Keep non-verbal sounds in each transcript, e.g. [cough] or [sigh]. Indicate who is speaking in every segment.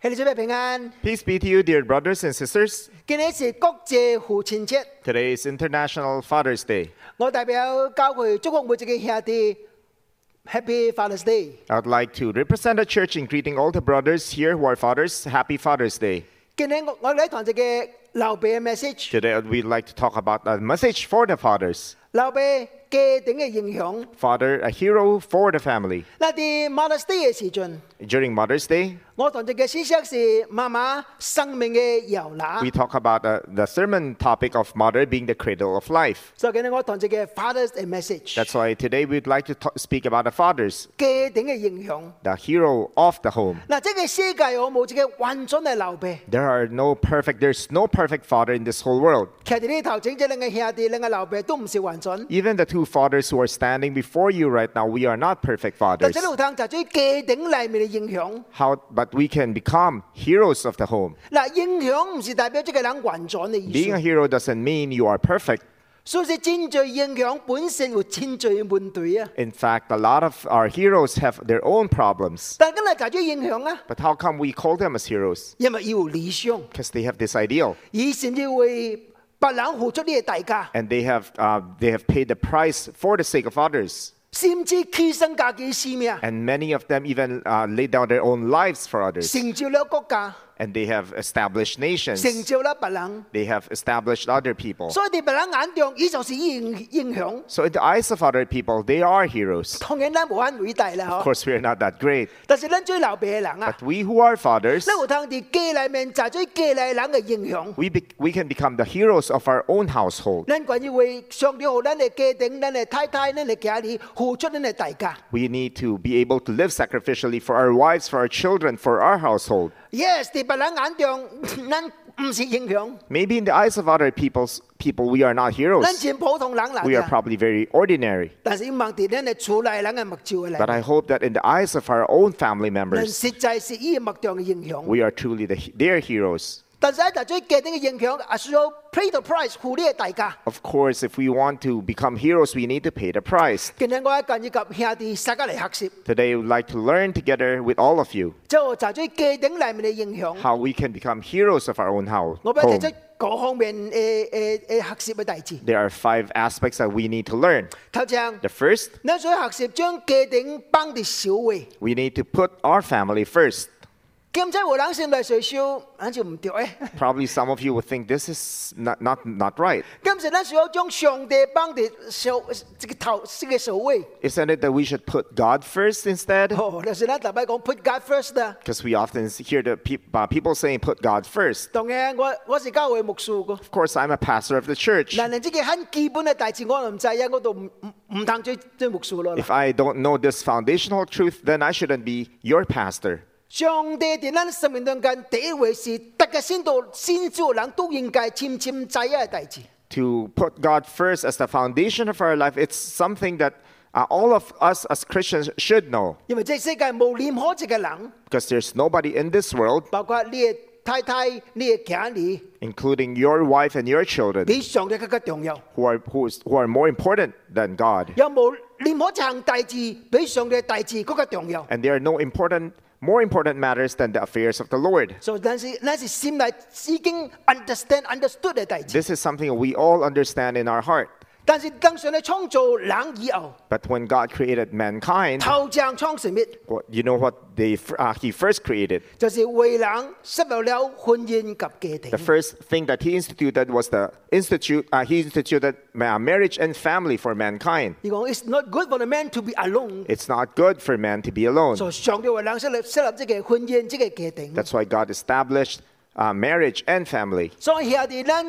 Speaker 1: 兄弟姐妹平安，
Speaker 2: Peace be to you, dear brothers and sisters.
Speaker 1: 今日是國際父親節，
Speaker 2: Today is International Father's Day.
Speaker 1: 我代表教會祝福每一個兄弟 Happy Father's Day。
Speaker 2: I would like to represent the church in greeting all the brothers here who are fathers. Happy Father's Day.
Speaker 1: 今日我我哋堂一嘅劉備嘅 message，
Speaker 2: Today we'd like to talk about a message for the fathers.
Speaker 1: 劉備家庭嘅影響。
Speaker 2: Father, a hero for the family.
Speaker 1: 嗱，啲 Mother's Day 嘅時陣，
Speaker 2: During Mother's Day,
Speaker 1: 我堂一嘅思想是媽媽生命嘅搖籃
Speaker 2: we。talk about uh, the sermon topic of mother being the cradle of life.
Speaker 1: 所以今日我堂一嘅 Father's Day message，
Speaker 2: That's why today we'd like to ta- speak about the fathers,
Speaker 1: 家庭嘅影響。
Speaker 2: the hero of the home.
Speaker 1: 嗱，即個世界我冇一個完整嘅劉備，
Speaker 2: There are no perfect, there's no perfect father in this whole world.
Speaker 1: 其實呢頭整隻兩個兄弟兩個劉備都唔是完整。
Speaker 2: Even the two fathers who are standing before you right now, we are not perfect
Speaker 1: 但
Speaker 2: fathers.
Speaker 1: 係呢度聽就最既定裏面嘅影響。
Speaker 2: How, but we can become heroes of the home.
Speaker 1: 嗱，影響唔是代表即個人運轉嘅
Speaker 2: Being
Speaker 1: 意
Speaker 2: a
Speaker 1: 思，
Speaker 2: hero doesn't mean you are perfect.
Speaker 1: 所以戰罪影響本身會戰罪面對啊。
Speaker 2: In fact, a lot of our heroes have their own problems.
Speaker 1: 但今日就最影響啊，
Speaker 2: But how come we call them as heroes?
Speaker 1: 因為要有理想，
Speaker 2: Because they have this ideal,
Speaker 1: 以前要為別人付出呢個代價，
Speaker 2: and they have uh, they have paid the price for the sake of others,
Speaker 1: 甚至犧牲自己性命，
Speaker 2: and many of them even uh, laid down their own lives for others,
Speaker 1: 成就了國家，
Speaker 2: and they have established
Speaker 1: 成
Speaker 2: nations.
Speaker 1: 就了別人。
Speaker 2: They have established other people.
Speaker 1: 所以喺別人眼中，呢就是影影響。
Speaker 2: So in the eyes of other people, they are heroes.
Speaker 1: 當然啦，無限偉大啦，嗬。
Speaker 2: Of course, we are not that great.
Speaker 1: 但是咱最流鼻嘅人啊
Speaker 2: But，we who are fathers,
Speaker 1: 呢度聽啲基裏面就最基裏人嘅影響。
Speaker 2: we, be- we can become the heroes of our own household.
Speaker 1: 咱關於為上帝和咱嘅家庭、咱嘅太太、咱嘅家庭付出咱嘅代價。
Speaker 2: We need to be able to live sacrificially for our wives, for our children, for our household.
Speaker 1: Yes，喺別人眼 [laughs] 中，咱唔是英雄，
Speaker 2: Maybe in the eyes of other people's people, we are not
Speaker 1: 咱
Speaker 2: heroes.
Speaker 1: 是普通人嚟
Speaker 2: We are
Speaker 1: 㗎。
Speaker 2: probably very ordinary.
Speaker 1: 但是望喺咱嘅厝內人嘅目睭嘅
Speaker 2: But
Speaker 1: 嚟，
Speaker 2: I hope that in the eyes of our own family
Speaker 1: 咱
Speaker 2: members,
Speaker 1: 實際是依目中嘅英雄。
Speaker 2: we are truly the, he- their heroes.
Speaker 1: 但是喺大最家庭嘅影響，係需要 pay à the price 付呢個代價。
Speaker 2: Of course, if we want to become heroes, we need to pay the price.
Speaker 1: 今日我喺近日及兄弟大家嚟學習，
Speaker 2: Today, I would like to learn together with all of you
Speaker 1: 就就最家庭裡面嘅影響。
Speaker 2: how we can become heroes of our own house.
Speaker 1: 我俾
Speaker 2: Home.
Speaker 1: 提出各方面嘅嘅嘅學習嘅例子。
Speaker 2: There are five aspects that we need to learn.
Speaker 1: 頭先，
Speaker 2: The first,
Speaker 1: 咱想學習將家庭放啲小位。
Speaker 2: we need to put our family first.
Speaker 1: 兼且有人先嚟税收，咱啊就唔對诶。
Speaker 2: [laughs] Probably some of you will think this is not, not, not right.
Speaker 1: 今時咱需要將上帝幫啲首這個頭這個首位。
Speaker 2: Isn't it that we should put God first instead?
Speaker 1: 哦，但是咱特別講 put God first 啊啦。
Speaker 2: Because we often hear the peop- uh, people saying, put God first.
Speaker 1: 當然，我我是教會牧師個。
Speaker 2: Of course, I'm a pastor of the church.
Speaker 1: 嗱，連呢個很基本嘅大字我都唔知影，我都唔唔唔通做做牧師咯。
Speaker 2: If I don't know this foundational truth, then I shouldn't be your pastor.
Speaker 1: 上帝喺咱生命中間第一位是，大家先到先做人都應該深深知嘅大字。
Speaker 2: To put God first as the foundation of our life, it's something that uh, all of us as Christians should know.
Speaker 1: 因為這世界冇任何一個人，
Speaker 2: Because there's nobody in this world,
Speaker 1: 包括你嘅太太、你嘅囝兒，
Speaker 2: including your wife and your children,
Speaker 1: 比上帝更加重要。
Speaker 2: who are who, is, who are more important than God,
Speaker 1: 有冇任何一項大事比上帝大事更加重要？
Speaker 2: and there are no important more important matters than the affairs of the Lord.
Speaker 1: 所以咱是咱是心內已經 understand understood 嘅大事。
Speaker 2: This is something we all understand in our heart.
Speaker 1: 但是當上帝創造人以後，
Speaker 2: But when God created mankind,
Speaker 1: 頭像創什麼？
Speaker 2: what, you know what they fir- uh, He first created.
Speaker 1: 就是為人設立了婚姻及家
Speaker 2: The
Speaker 1: 庭。
Speaker 2: first thing that He instituted was the institute. Uh, he instituted ma- marriage and family for mankind.
Speaker 1: 你講 it's not good for the man to be alone。
Speaker 2: It's not good for man to be alone.
Speaker 1: 所以上帝為人設立設立這個婚姻、這個家庭。
Speaker 2: That's why God established uh, marriage and family.
Speaker 1: 所以下哋咱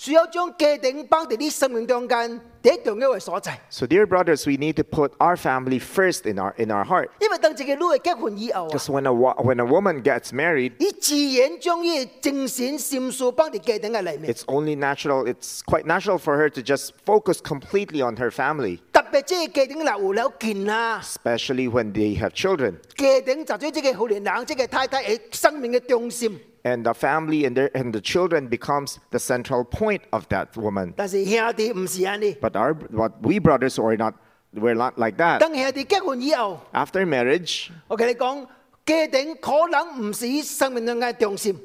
Speaker 1: 需要將家庭放喺你生命中間第一重要嘅所在。
Speaker 2: So, dear brothers, we need to put our family first in our in our heart.
Speaker 1: 因為當一個女嘅結婚以後啊
Speaker 2: Because when a wo- when a woman gets married,
Speaker 1: 你自然將呢個精神、心思放喺家庭嘅裏面，
Speaker 2: it's only natural. It's quite natural for her to just focus completely on her family,
Speaker 1: 特別即係家庭內有了健啊，
Speaker 2: especially when they have children.
Speaker 1: 家庭就做即個好年人、即個太太嘅生命嘅中心。
Speaker 2: And the family and their and the children becomes the central point of that woman.
Speaker 1: 但是兄弟唔是安尼，
Speaker 2: But our what we brothers are not we're not like that.
Speaker 1: 等兄弟結婚以後，
Speaker 2: After marriage,
Speaker 1: 我跟你講，家庭可能唔是生命論嘅重心。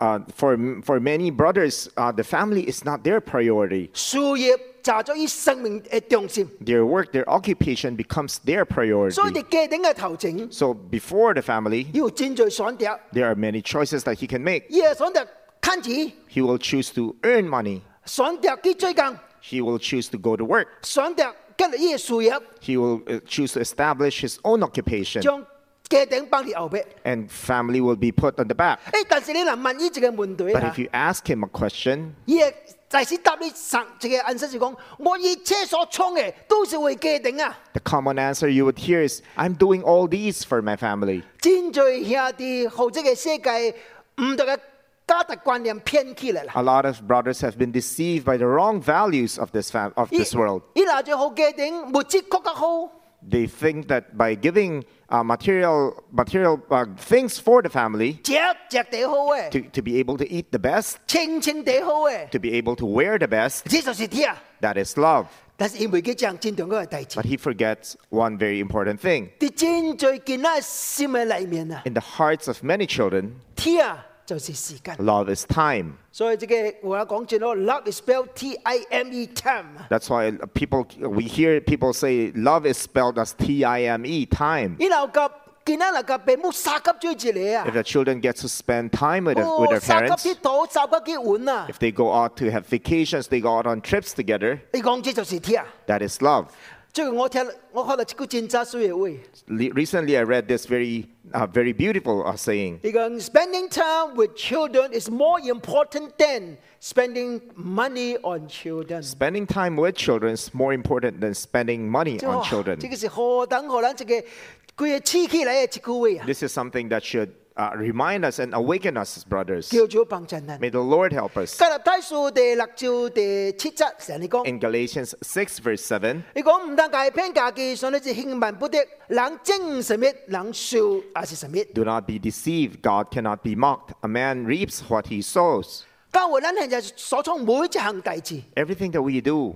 Speaker 2: Uh, for, for many brothers, uh, the family is not their priority.
Speaker 1: 事業就係咗於生命嘅重心，
Speaker 2: Their work, their occupation becomes their priority.
Speaker 1: 所以你家庭嘅頭前
Speaker 2: So before the family,
Speaker 1: 要戰在選擇，
Speaker 2: there are many choices that he can make.
Speaker 1: 依個選擇慳錢，
Speaker 2: He will choose to earn money.
Speaker 1: 選擇去追近，
Speaker 2: He will choose to go to work.
Speaker 1: 選擇跟住依個事業，
Speaker 2: He will uh, choose to establish his own occupation.
Speaker 1: 將家庭放喺後邊。
Speaker 2: And family will be put on the back.
Speaker 1: 誒，但是你能問呢一個問題
Speaker 2: But
Speaker 1: 啊
Speaker 2: if？you ask him a question,
Speaker 1: 伊嘅大使答你神一個暗示是講，我以車所衝嘅都是為家庭啊！
Speaker 2: the common answer you would hear is, I'm doing all these for my family.
Speaker 1: 真在兄弟或者嘅世界唔同嘅價值觀念偏起嚟啦。
Speaker 2: A lot of brothers have been deceived by the wrong values of this, fam- of
Speaker 1: 伊
Speaker 2: this world.
Speaker 1: 伊拿住好家庭，物質更加好，
Speaker 2: They think that by giving uh, material, material uh, things for the family,
Speaker 1: 食食地好嘅，
Speaker 2: to, to be able to eat the best,
Speaker 1: 清清地好嘅，
Speaker 2: to be able to wear the best,
Speaker 1: 呢就是啲啊！
Speaker 2: that is love.
Speaker 1: 但是因為佢真真重要嘅代志
Speaker 2: But，he forgets one very important thing.
Speaker 1: 啲真在囡仔心嘅裏面啊，
Speaker 2: In the hearts of many children,
Speaker 1: 天啊就是時間。
Speaker 2: love is time.
Speaker 1: 所以即個我講真咯，love is spelled T I M E time。
Speaker 2: That's why people we hear people say love is spelled as T I M E time.
Speaker 1: 伊老甲囡仔老甲爸母三甲追一个啊
Speaker 2: If！the children get to spend time with, the-
Speaker 1: 哦
Speaker 2: with their
Speaker 1: 三甲
Speaker 2: parents,
Speaker 1: 撇倒，三甲去玩啊！
Speaker 2: if they go out to have vacations, they go out on trips together,
Speaker 1: 你講這就是聽啊！
Speaker 2: that is love.
Speaker 1: 最近我聽我看到一句真扎水嘅話，
Speaker 2: Le- recently, I read this very, uh, very beautiful uh, saying.
Speaker 1: 你講 spending time with children is more important than spending money on children。
Speaker 2: Spending time with children is more important than spending money
Speaker 1: 即
Speaker 2: on
Speaker 1: 這
Speaker 2: children.
Speaker 1: 個是何等何等一個佢嘅刺激嚟嘅一句話啊！
Speaker 2: This is something that should uh, remind us and awaken us, brothers.
Speaker 1: 叫做幫襯人。
Speaker 2: May the Lord help us.
Speaker 1: 加勒太書第六章第七節成日講。
Speaker 2: In Galatians 6, verse 7,
Speaker 1: 你講唔單界偏家己，上帝是興萬不得，人精神滅，人笑也是神滅。
Speaker 2: Do not be deceived. God cannot be mocked. A man reaps what he sows.
Speaker 1: 教會咱現在所創每一項代志，
Speaker 2: Everything that we do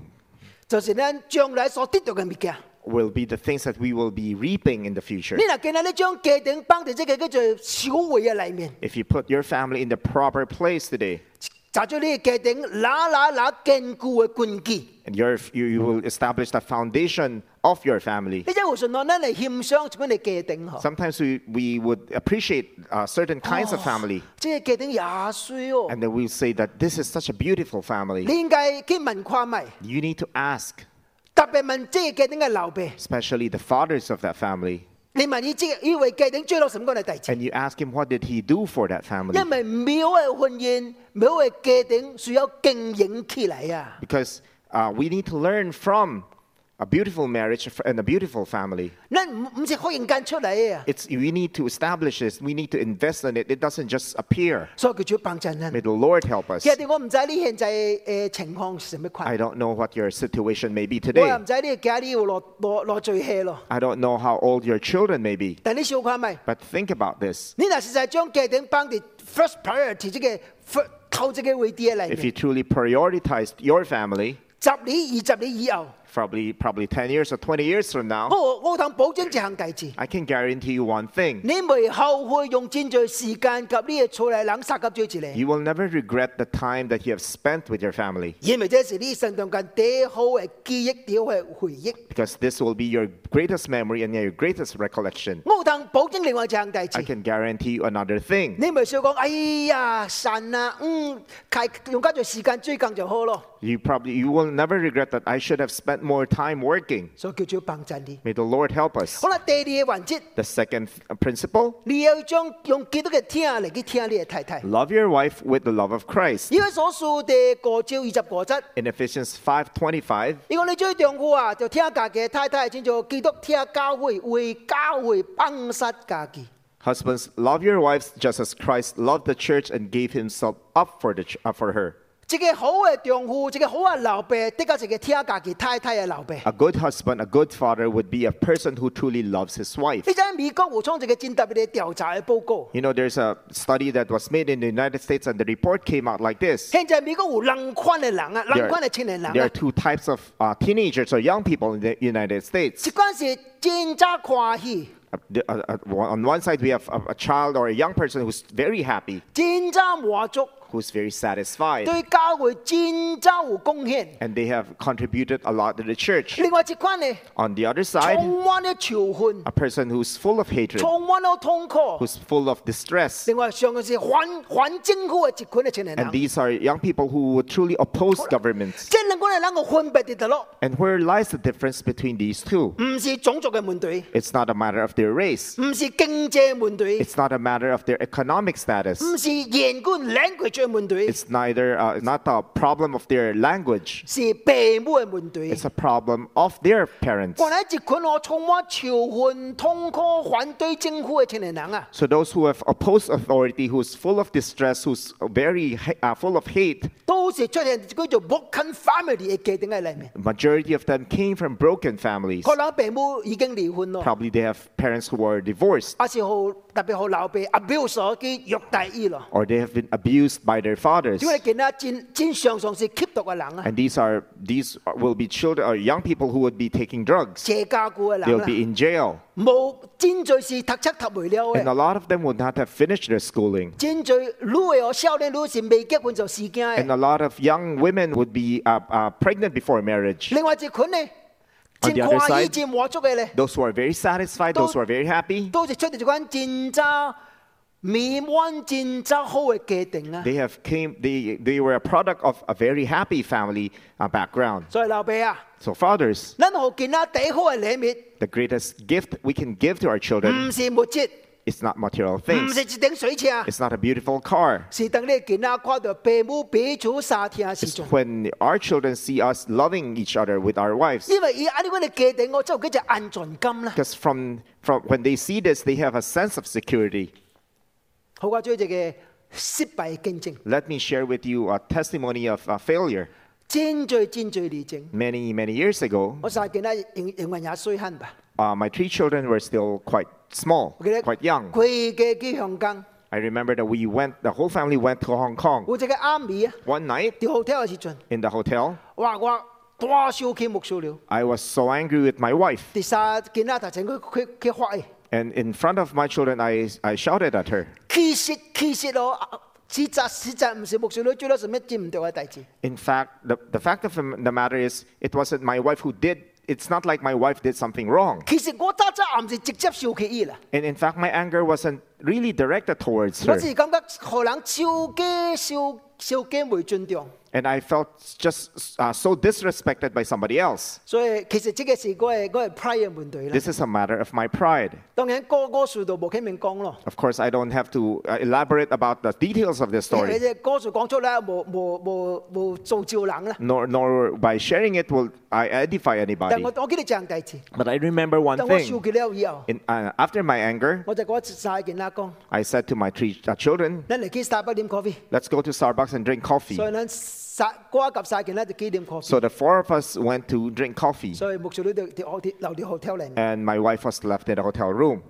Speaker 1: 就是咱將來所得到嘅物件。
Speaker 2: will be the things that we will be reaping in the future.
Speaker 1: 你若見到你將家庭放在這個叫做小會嘅裏面，
Speaker 2: If you put your family in the proper place today,
Speaker 1: 就咗你嘅家庭嗱嗱嗱堅固嘅根基。
Speaker 2: and your, you, you will establish the foundation of your family.
Speaker 1: 你真會順當咱嚟欣賞一款嘅家庭嗬。
Speaker 2: Sometimes we, we would appreciate uh, certain kinds of family,
Speaker 1: 即係家庭也水哦，
Speaker 2: and then we say that this is such a beautiful family.
Speaker 1: 你應該去問看咪，
Speaker 2: You need to ask,
Speaker 1: 特別問即係家庭嘅老爸，
Speaker 2: especially the fathers of that family,
Speaker 1: 你問伊即係以為家庭追到什麼嘅代志。
Speaker 2: and you ask him, what did he do for that family?
Speaker 1: 因为庙嘅婚宴、庙嘅家庭需要经营起来啊！
Speaker 2: Because uh, we need to learn from a beautiful marriage and a beautiful family.
Speaker 1: 咱唔唔是忽然间出嚟嘅啊，
Speaker 2: It's, we need to establish this, we need to invest in it. It doesn't just appear.
Speaker 1: 所以佢就帮衬人
Speaker 2: May。the Lord help us.
Speaker 1: 其实我唔知你现在嘅呃情况是什么款
Speaker 2: I，don't know what your situation may be
Speaker 1: 我又
Speaker 2: today.
Speaker 1: 唔知你家里有落落落罪气咯。
Speaker 2: I don't know how old your children may be.
Speaker 1: 但你想看咪？
Speaker 2: But think about this.
Speaker 1: 你若实在将家庭放伫 first priority 即个 first 头一个位置嘅嚟
Speaker 2: If you，truly prioritized your family,
Speaker 1: 十年、二十年以后，
Speaker 2: probably probably 10 years or 20 years from now,
Speaker 1: 我我通保证一项代志，
Speaker 2: I can guarantee you one thing.
Speaker 1: 你未后悔用真侪时间及你嘅厝内人杀及追一个。
Speaker 2: You will never regret the time that you have spent with your family
Speaker 1: 因为这是你生命间最好嘅记忆，最好嘅回忆。
Speaker 2: because this will be your greatest memory and your greatest recollection.
Speaker 1: 我有通保证另外一项代
Speaker 2: I
Speaker 1: 志，
Speaker 2: can guarantee you another thing.
Speaker 1: 你咪少讲，哎呀，神啊，嗯，开用加多时间追更就好咯。
Speaker 2: You probably you will never regret that I should have spent more time working.
Speaker 1: 所以叫做帮衬你。
Speaker 2: May the Lord help us.
Speaker 1: 好啦，第二个环节，
Speaker 2: The second uh, principle,
Speaker 1: 你要将用基督嘅听嚟去听你嘅太太。
Speaker 2: love your wife with the love of Christ.
Speaker 1: 而家所述第五章二十五節，
Speaker 2: In Ephesians 5:25,
Speaker 1: 伊講你做丈夫啊，就聽家己嘅太太，叫做基督聽教會，為教會幫殺家己。
Speaker 2: Husbands, love your wives just as Christ loved the church and gave himself up for, the, ch- uh, for her.
Speaker 1: 一個好嘅丈夫，一個好嘅老爸，的確是一個聽家己太太嘅老爸。
Speaker 2: A good husband, a good father would be a person who truly loves his wife.
Speaker 1: 你知美國胡創一個真特別嘅調查嘅報告，
Speaker 2: You know, there's a study that was made in the United States, and the report came out like this
Speaker 1: 現在美國有兩款嘅人啊，兩
Speaker 2: There
Speaker 1: 款嘅
Speaker 2: are,
Speaker 1: 青年
Speaker 2: there
Speaker 1: 人
Speaker 2: are
Speaker 1: 啊，
Speaker 2: two types of uh, teenagers or young people in the United States.
Speaker 1: 一款是真扎歡喜，
Speaker 2: Uh, the- uh, uh, one- on one side, we have a, a child or a young person who's very happy,
Speaker 1: 戰爭和族
Speaker 2: who's very satisfied,
Speaker 1: 對教會戰爭有貢獻。
Speaker 2: and they have contributed a lot to the church.
Speaker 1: 另外一款呢，
Speaker 2: On the other
Speaker 1: 充
Speaker 2: side,
Speaker 1: 滿咗仇恨，
Speaker 2: a person who's full of hatred,
Speaker 1: 充滿咗痛苦。
Speaker 2: who's full of distress.
Speaker 1: 另外上嘅是反反政府嘅一群嘅青年
Speaker 2: And
Speaker 1: 人。啊
Speaker 2: these are young people who would truly oppose governments.
Speaker 1: 即係兩個人能夠分別得到咯，
Speaker 2: And where lies the difference between these two?
Speaker 1: 唔是種族嘅問題，
Speaker 2: It's not a matter of their race.
Speaker 1: 唔是經濟嘅問題，
Speaker 2: It's not a matter of their economic status.
Speaker 1: 唔是言官 language 嘅問題，
Speaker 2: It's neither uh, not a problem of their language.
Speaker 1: 是父母嘅問題
Speaker 2: It's。a problem of their parents.
Speaker 1: 我哋一群我充滿仇恨、痛苦、反對政府嘅青年人啊，
Speaker 2: So those who have opposed authority, who's full of distress, who's very ha- uh, full of hate,
Speaker 1: 都是出現叫做 broken family 嘅家庭嘅裏面。
Speaker 2: majority of them came from broken families.
Speaker 1: 可能父母已經離婚咯，
Speaker 2: Probably they have parents who were divorced,
Speaker 1: 啊是好特別好老爸 abuse 咗佢虐待伊咯。
Speaker 2: or they have been abused by their fathers.
Speaker 1: 因為見到真真常常是吸毒嘅人啊，
Speaker 2: And these are these are- will be children or young people who would be taking drugs.
Speaker 1: 邪教股嘅
Speaker 2: They'll be
Speaker 1: 人啊，
Speaker 2: in jail.
Speaker 1: 冇真罪是讀冊讀未了
Speaker 2: And a
Speaker 1: 嘅。
Speaker 2: lot of them would not have finished their schooling.
Speaker 1: 真罪女嘅哦，少年女是未結婚就事件
Speaker 2: And
Speaker 1: 嘅。
Speaker 2: a lot of young women would be uh, uh, pregnant before marriage.
Speaker 1: 另外一群呢，
Speaker 2: On
Speaker 1: 真
Speaker 2: the other
Speaker 1: 快意
Speaker 2: side-
Speaker 1: 真滿足嘅咧。
Speaker 2: Those who are very satisfied, those who are very happy,
Speaker 1: 都是出自一款戰爭、美滿戰爭好嘅家庭啊！
Speaker 2: they have came. They they were a product of a very happy family uh, background.
Speaker 1: 所以老爸啊，
Speaker 2: So fathers,
Speaker 1: 咱何見啊？第好嘅禮
Speaker 2: the greatest gift we can give to our
Speaker 1: 物
Speaker 2: children
Speaker 1: 唔是物質，
Speaker 2: is not material
Speaker 1: 唔是
Speaker 2: things.
Speaker 1: 一頂水車，
Speaker 2: It's not a beautiful car.
Speaker 1: 是等你見啊看到父母彼此沙聽是
Speaker 2: It's
Speaker 1: 種。
Speaker 2: when our children see us loving each other with our wives.
Speaker 1: 因為以安尼款嘅家庭，我就有嗰只安全感啦。
Speaker 2: Because from, from when they see this, they have a sense of security.
Speaker 1: 好過做一個失敗嘅見證，
Speaker 2: Let me share with you a testimony of a failure.
Speaker 1: 真最真最例證。
Speaker 2: Many, many years ago,
Speaker 1: 我成日見啊，永永遠也衰慳吧。
Speaker 2: uh, my three children were still quite small,
Speaker 1: 我記得
Speaker 2: quite young.
Speaker 1: 佢嘅去香港，
Speaker 2: I remember that we went, the whole family went to Hong Kong
Speaker 1: 有一個暗暝啊，
Speaker 2: one night
Speaker 1: 喺 hotel 嘅時陣，
Speaker 2: in the hotel.
Speaker 1: 哇！我大燒起木燒了。
Speaker 2: I was so angry with my wife.
Speaker 1: 第三囡仔就整佢佢佢發嘅，
Speaker 2: And in front of my children, I, I shouted at her.
Speaker 1: 其實其實哦，啊實在實在唔是牧師女做咗什麼真唔對嘅代志，
Speaker 2: In fact, the, the fact of the matter is, it wasn't my wife who did, it's not like my wife did something wrong.
Speaker 1: 其實我早早唔是直接受氣伊啦，
Speaker 2: And in fact, my anger wasn't really directed towards
Speaker 1: 我
Speaker 2: her.
Speaker 1: 只係感覺互人小家小小家未尊重，
Speaker 2: And I felt just uh, so disrespected by somebody else.
Speaker 1: 所以其實呢個是我嘅我嘅 pride 嘅問題啦。
Speaker 2: This is a matter of my pride.
Speaker 1: 當然個個事都無肯明講咯，
Speaker 2: Of course, I don't have to uh, elaborate about the details of this
Speaker 1: 因為
Speaker 2: story,
Speaker 1: [laughs] 只歌詞講出嚟無無無無造就人啦。
Speaker 2: nor, nor by sharing it will I edify
Speaker 1: 但
Speaker 2: anybody.
Speaker 1: 我我記得一樣代志，
Speaker 2: But I remember one
Speaker 1: 當我受
Speaker 2: thing.
Speaker 1: 氣了以後，
Speaker 2: In, uh, after my anger,
Speaker 1: 我就講三件啦講，
Speaker 2: I said to my three uh, children,
Speaker 1: 咱嚟去 Starbucks 飲咖啡。
Speaker 2: let's go to Starbucks and drink coffee.
Speaker 1: 所以咱殺瓜及殺件咧就幾點 coffee，
Speaker 2: So the four of us went to drink coffee,
Speaker 1: 所以木薯女就就留啲 hotel 嚟，
Speaker 2: and my wife was left in the hotel room.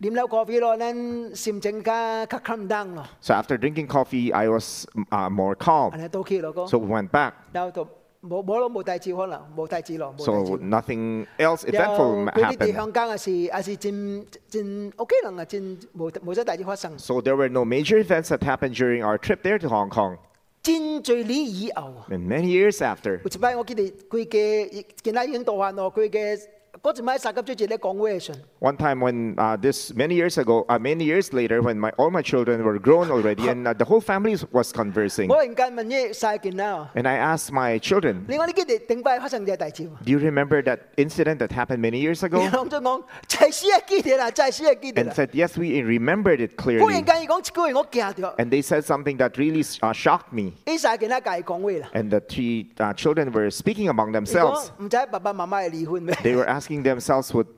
Speaker 1: 飲咗 coffee 咯，咱心情加加 calm down 咯，
Speaker 2: So after drinking coffee, I was uh, more calm.
Speaker 1: 安尼到期咯個
Speaker 2: So，we went back.
Speaker 1: 然後就冇冇咯冇大志可能冇大志咯，冇
Speaker 2: So
Speaker 1: 大
Speaker 2: nothing else
Speaker 1: 志。
Speaker 2: eventful
Speaker 1: 佢哋啲
Speaker 2: happened.
Speaker 1: 香港嘅事也是真真 OK 人啊，真冇冇咗大志發生。
Speaker 2: So there were no major events that happened during our trip there to Hong Kong.
Speaker 1: 真最你以後啊，
Speaker 2: And many years after,
Speaker 1: 有一擺我記得佢嘅見到已經到限咯，佢嘅嗰陣擺殺急追住咧講 version，
Speaker 2: one time when uh, this many years ago, uh, many years later, when my all my children were grown already and uh, the whole family was conversing,
Speaker 1: 我突然間問呢殺件啦，
Speaker 2: and I asked my children,
Speaker 1: 你講你記得頂擺發生嘅大志喎？
Speaker 2: "Do you remember that incident that happened many years
Speaker 1: 你
Speaker 2: ago?"
Speaker 1: 諗住講，祭司係基地啦，祭司係基地
Speaker 2: And
Speaker 1: 啦。
Speaker 2: said, "Yes, we remembered it
Speaker 1: 忽然
Speaker 2: clearly."
Speaker 1: 間佢講一句，我驚咗。
Speaker 2: And they said something that really uh, shocked me.
Speaker 1: 呢世件啦，介講話啦。
Speaker 2: And the three uh, children were speaking among
Speaker 1: 如
Speaker 2: themselves.
Speaker 1: 果唔知爸爸媽媽係離婚咩？
Speaker 2: They were asking themselves, "Would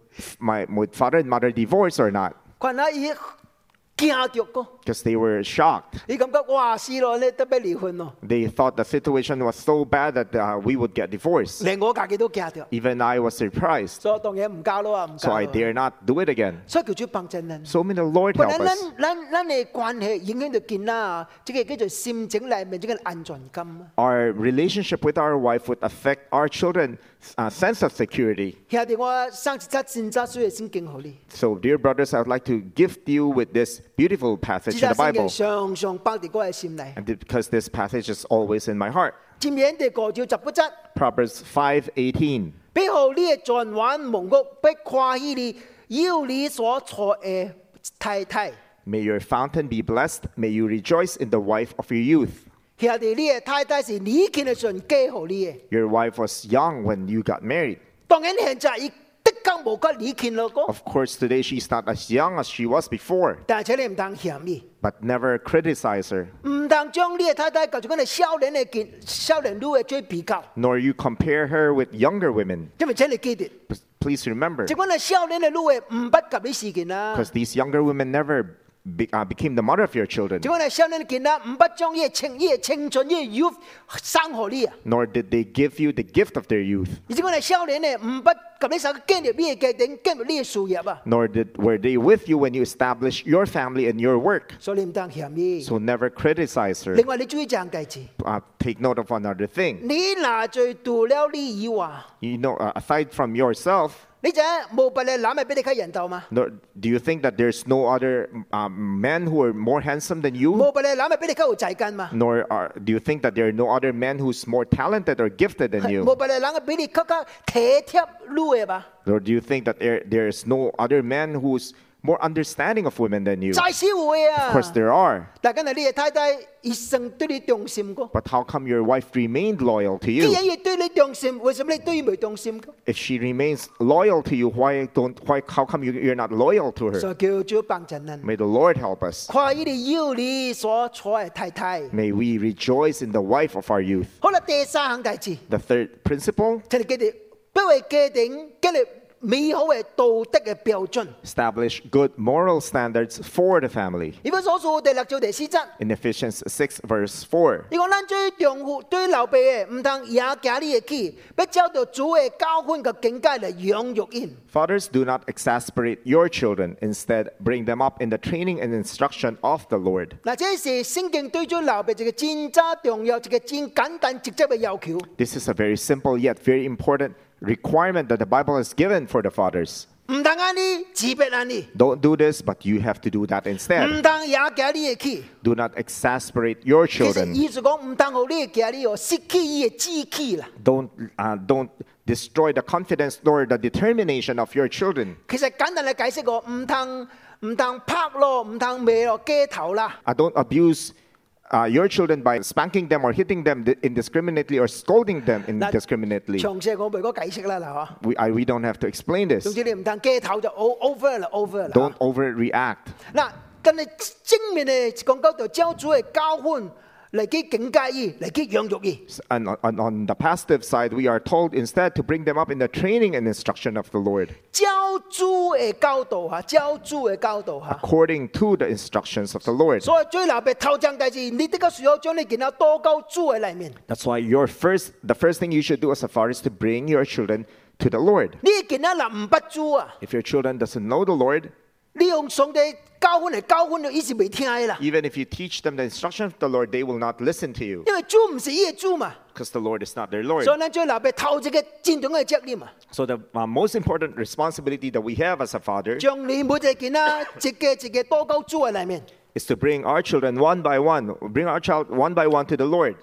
Speaker 2: my would father and mother divorce or not?"
Speaker 1: 群下伊驚着個。
Speaker 2: because they were shocked.
Speaker 1: 你感覺哇，師奶咧得咩離婚咯？
Speaker 2: They thought the situation was so bad that uh, we would get divorced.
Speaker 1: 連我自己都驚着，
Speaker 2: Even I was surprised.
Speaker 1: 所以當然唔嫁咯啊，唔嫁
Speaker 2: So
Speaker 1: 咯
Speaker 2: I
Speaker 1: 啊。
Speaker 2: dare not do it again.
Speaker 1: 所以叫主幫襯人。
Speaker 2: So may the Lord
Speaker 1: 本
Speaker 2: help
Speaker 1: 來
Speaker 2: us.
Speaker 1: 咱咱咱嘅關係影響到健啦，即係叫做心情裏面即個安全感啊。
Speaker 2: Our relationship with our wife would affect our children's uh, sense of security.
Speaker 1: 兄弟，我生一則真則書嘅聖經好你，
Speaker 2: So, dear brothers, I would like to gift you with this beautiful
Speaker 1: 呢則
Speaker 2: passage in
Speaker 1: 聖
Speaker 2: the
Speaker 1: 經
Speaker 2: Bible.
Speaker 1: 常常放喺我嘅心裏。
Speaker 2: And th- because this passage is always in my heart.
Speaker 1: 箴言第五章十八節，
Speaker 2: Proverbs 5:18.
Speaker 1: 必好你嘅轉彎蒙福，必誇喜你，要你所娶嘅太太。
Speaker 2: May your fountain be blessed. May you rejoice in the wife of your youth.
Speaker 1: 兄弟，你嘅太太是你見嘅順嫁好你嘅，
Speaker 2: Your wife was young when you got married.
Speaker 1: 當然現在伊的確冇個你見咯個，
Speaker 2: Of course, today she's not as young as she was before,
Speaker 1: 但係請你唔當嫌伊。
Speaker 2: but never criticize her,
Speaker 1: 唔通將你嘅太太舊時嗰啲少年嘅見少年女嘅做比較，
Speaker 2: nor you compare her with younger women.
Speaker 1: 因為請你記住，
Speaker 2: P- Please remember,
Speaker 1: 即係嗰啲少年嘅女嘅唔不及你事件啊啦，
Speaker 2: because these younger women never be, uh, became the mother of your children,
Speaker 1: 即係嗰啲少年嘅見啦，唔不將呢嘅青呢嘅青春呢嘅 youth 生何你啊，
Speaker 2: nor did they give you the gift of their youth,
Speaker 1: 而且嗰啲少年咧唔不及你手經歷呢嘅家庭，經歷呢嘅事業啊，
Speaker 2: nor did were they with you when you established your family and your work.
Speaker 1: 所以你唔當嫌意。
Speaker 2: So never criticize her.
Speaker 1: 另外你注意一件計子，
Speaker 2: Uh, take note of another thing.
Speaker 1: 你拿罪除了你以外，
Speaker 2: You know, uh, aside from yourself,
Speaker 1: 你就冇別嘅男嘅俾你睇人鬥嘛，
Speaker 2: no, do you think that there's no other um, men who are more handsome than you?
Speaker 1: 冇別嘅男嘅俾你睇有仔根嘛，
Speaker 2: nor are, do you think that there are no other men who's more talented or gifted than
Speaker 1: 冇
Speaker 2: you
Speaker 1: 別嘅男嘅俾你更加體貼女嘅嘛。
Speaker 2: nor do you think that there, there is no other man who's more understanding of women than you
Speaker 1: 再
Speaker 2: of
Speaker 1: 少會啊！
Speaker 2: course there are
Speaker 1: 但今日你嘅太太一生對你忠心過，
Speaker 2: but how come your wife remained loyal to
Speaker 1: 既
Speaker 2: you
Speaker 1: 然要對你忠心，為什麼你對佢唔忠心嘅？
Speaker 2: if she remains loyal to you why don't why how come you, you're not loyal to her
Speaker 1: 所以叫做幫襯人。
Speaker 2: may the lord help us
Speaker 1: 跨於你要你所娶嘅太太。
Speaker 2: may we rejoice in the wife of our youth
Speaker 1: 好啦，第三行大字，
Speaker 2: the third principle
Speaker 1: 就係記住，不為家庭建立美好嘅道德嘅標準。
Speaker 2: establish good moral standards for the family
Speaker 1: 以弗所書第六章第四節，
Speaker 2: in ephesians 6 verse 4
Speaker 1: 你講咱做丈夫對老爸嘅，唔通也行你嘅去，要照到主嘅教訓嘅境界嚟養育因。
Speaker 2: Fathers, do not exasperate your children. Instead, bring them up in the training and instruction of the Lord.
Speaker 1: 嗱，這是聖經對咗流別一個真渣重要、一個真簡單直接嘅要求。
Speaker 2: This is a very simple yet very important requirement that the Bible has given for the fathers.
Speaker 1: 唔通安尼自別安尼，
Speaker 2: Don't do this, but you have to do that instead.
Speaker 1: 唔通也假你嘅去。
Speaker 2: Do not exasperate your
Speaker 1: 其實
Speaker 2: children.
Speaker 1: 意思講唔通好你嘅假你哦，失去伊嘅志氣啦。
Speaker 2: Don't, uh, don't destroy the confidence nor the determination of your children.
Speaker 1: 其實簡單嚟解釋我，唔通唔通拍咯，唔通歪落街頭啦。
Speaker 2: Uh, don't abuse uh, your children by spanking them or hitting them indiscriminately or scolding them indiscriminately.
Speaker 1: 詳細我唔好解釋啦嗱嗬。
Speaker 2: We, I, we don't have to explain
Speaker 1: 總
Speaker 2: this.
Speaker 1: 之你唔通街頭就 o over 啦，over 啦。
Speaker 2: Don't overreact.
Speaker 1: 嗱，但係正面咧講到就教主嘅教訓嚟去警戒伊，嚟去養育伊。
Speaker 2: And on- on, on the passive side, we are told instead to bring them up in the training and instruction of the Lord,
Speaker 1: 教主嘅教導嚇，教主嘅教導嚇。
Speaker 2: according to the instructions of the Lord.
Speaker 1: 所以最特別頭像第事，你的確需要將你見到多教主嘅裏面，
Speaker 2: That's why your first, the first thing you should do as a father is to bring your children to the Lord.
Speaker 1: 你見到嗱唔不主啊，
Speaker 2: If your children doesn't know the Lord,
Speaker 1: 你用上帝教訓嚟教訓，伊是未聽嘅啦。
Speaker 2: even if you teach them the instruction of the Lord, they will not listen to you
Speaker 1: 因為主唔是伊嘅主嘛，
Speaker 2: because the Lord is not their Lord.
Speaker 1: 所以咱最特別頭一個戰爭嘅責任啊，
Speaker 2: So the uh, most important responsibility that we have as a father
Speaker 1: 將你每一個見到一個一個多教主嘅裏面，
Speaker 2: is to bring our children one by one, bring our child one by one to the Lord.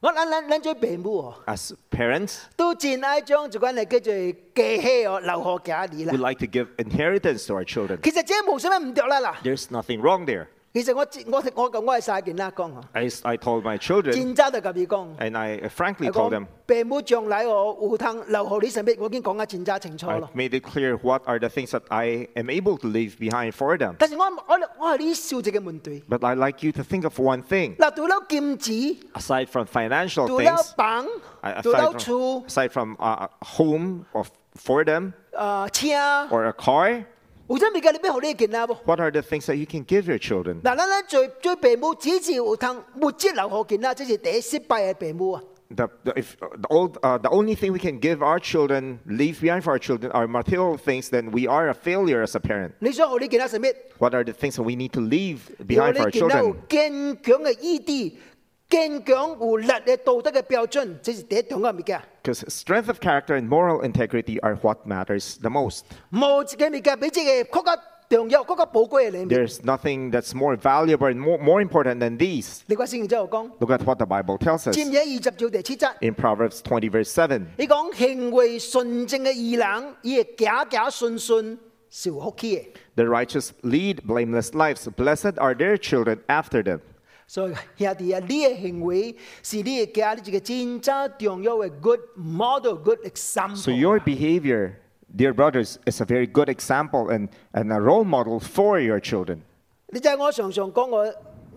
Speaker 1: 我咱咱咱做父母哦，
Speaker 2: As parents,
Speaker 1: 都真愛將一款嚟叫做家喜哦，留學家你啦
Speaker 2: we。like to give inheritance to our children.
Speaker 1: 其實這冇什麼唔對啦嗱，
Speaker 2: There's nothing wrong there.
Speaker 1: 其實我我我同我嘅細件啦講哦，
Speaker 2: I, I told my children,
Speaker 1: 戰爭就咁樣講。
Speaker 2: and I frankly
Speaker 1: 我
Speaker 2: told
Speaker 1: 講
Speaker 2: them,
Speaker 1: 父母將來我有通留學你神秘，我已經講得真真清楚
Speaker 2: I
Speaker 1: 咯。
Speaker 2: made it clear what are the things that I am able to leave behind for them.
Speaker 1: 但是我我我係呢少一個問題。
Speaker 2: But I'd like you to think of one thing.
Speaker 1: 嗱，除了金子，
Speaker 2: Aside from financial
Speaker 1: 除了
Speaker 2: things,
Speaker 1: 房
Speaker 2: I-
Speaker 1: 除了
Speaker 2: aside
Speaker 1: 厝呃
Speaker 2: from, aside from uh, home of, for them
Speaker 1: 誒車，
Speaker 2: or a car,
Speaker 1: 有啥物件你要互你嘅囡仔无？
Speaker 2: What are the things that you can give your children?
Speaker 1: 嗱，咱咱做做父母，只是有通物質留互囡仔，这是第一失敗嘅父母啊！
Speaker 2: The, the, if, the, old, uh, the only thing we can give our children, leave behind for our children, are material things, then we are a failure as a parent.
Speaker 1: 你想互你囡仔什麼？
Speaker 2: What are the things that we need to leave
Speaker 1: 要
Speaker 2: behind
Speaker 1: 你
Speaker 2: for our
Speaker 1: 囡仔有
Speaker 2: children?
Speaker 1: 堅強嘅意志、堅強有力嘅道德嘅標準，這是第一重要嘅物件。
Speaker 2: Because strength of character and moral integrity are what matters the most.
Speaker 1: 冇一個物件比這個更加重要、更加寶貴嘅禮物。
Speaker 2: There's nothing that's more valuable and more, more important than these.
Speaker 1: 你看聖經之後講，
Speaker 2: Look at what the Bible tells us
Speaker 1: 箴言二十章第七節，
Speaker 2: in Proverbs 20, verse 7.
Speaker 1: 你講行為純正嘅義人，伊會行行順順是有福氣嘅。
Speaker 2: The righteous lead blameless lives. Blessed are their children after them.
Speaker 1: 所以兄弟啊，你嘅行為是你嘅家，你一個真正重要嘅 good model、good example。
Speaker 2: So your behavior, dear brothers, is a very good example and, and a role model for your children.
Speaker 1: 你知我常常講我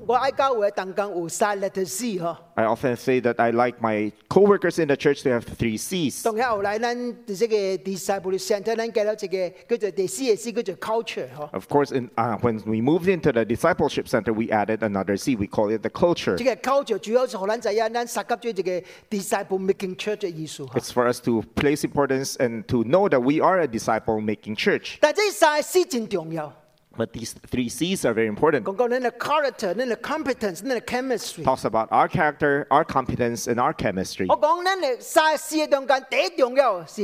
Speaker 1: 我愛教會嘅同工有三 letter C 嗬，
Speaker 2: I often say that I like my coworkers in the church to have three C's.
Speaker 1: 當然後來咱即個 disciple center 咱加了一個叫做第四嘅 C 叫做 culture 嗬。
Speaker 2: Of course, in, uh, when we moved into the discipleship center, we added another C. We call it the culture.
Speaker 1: 即個 culture 主要是互咱知影咱涉及咗一個 disciple making church 嘅意思嗬。
Speaker 2: It's for us to place importance and to know that we are a disciple making church.
Speaker 1: 但係呢三 C 真重要，
Speaker 2: But these three C's are very important.
Speaker 1: 講講咱嘅 character、咱嘅 competence、咱嘅 chemistry。
Speaker 2: Talks about our character, our competence, and our chemistry.
Speaker 1: 我講咱嘅三 C 嘅中間第一重要是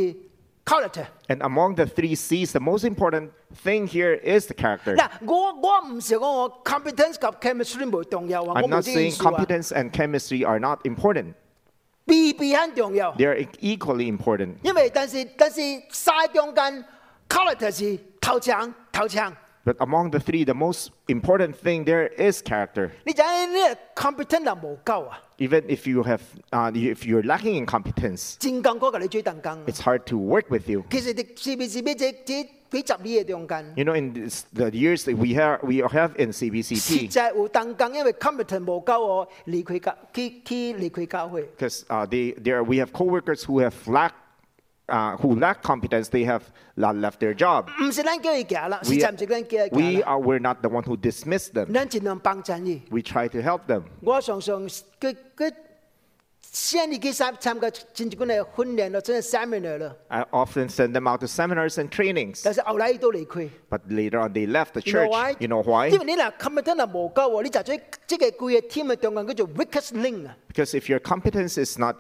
Speaker 1: character。
Speaker 2: And among the three C's, the most important thing here is the character.
Speaker 1: 嗱，我我唔是講我 competence 及 chemistry 冇重要啊，我冇
Speaker 2: I'm not
Speaker 1: 呢個意
Speaker 2: saying
Speaker 1: 思啊。
Speaker 2: competence and chemistry are not important.
Speaker 1: B B 很重要，
Speaker 2: They are e- equally important.
Speaker 1: 因為但是但是沙中間 character 是頭強頭強，
Speaker 2: But among the three, the most important thing there is character.
Speaker 1: 你就係呢 competence 就冇夠啊，
Speaker 2: Even if you have, uh, you- if you're lacking in competence,
Speaker 1: 真講嗰個你最等更。
Speaker 2: it's hard to work with you.
Speaker 1: 啊其實你是不是咩？這這幾十年嘅中間，
Speaker 2: You know, in this, the years that we have, we have in
Speaker 1: 實
Speaker 2: CBCT,
Speaker 1: 際有等更，因為 competence 冇夠我離開教去去離開教會。
Speaker 2: because uh, they, there we have coworkers who have lack, uh, who lack competence. They have la- left their job.
Speaker 1: 唔是咱叫佢行啦，實
Speaker 2: We,
Speaker 1: 在唔是咱叫佢行
Speaker 2: we
Speaker 1: 啦
Speaker 2: are we're not the one who dismissed them.
Speaker 1: 咱盡量幫襯伊。
Speaker 2: We try to help them.
Speaker 1: 我常常佢佢先年去參參加真正嘅訓練咯，真係 seminar 咯。
Speaker 2: I often send them out to seminars and trainings.
Speaker 1: 但是後來都離開。
Speaker 2: But later on, they left the
Speaker 1: You know
Speaker 2: church.
Speaker 1: why?
Speaker 2: You know why?
Speaker 1: 因為你嗱 commitment 係無夠喎，你就最即係佢嘅 team 嘅中間叫做 weakest link 啊。
Speaker 2: Because if your competence is not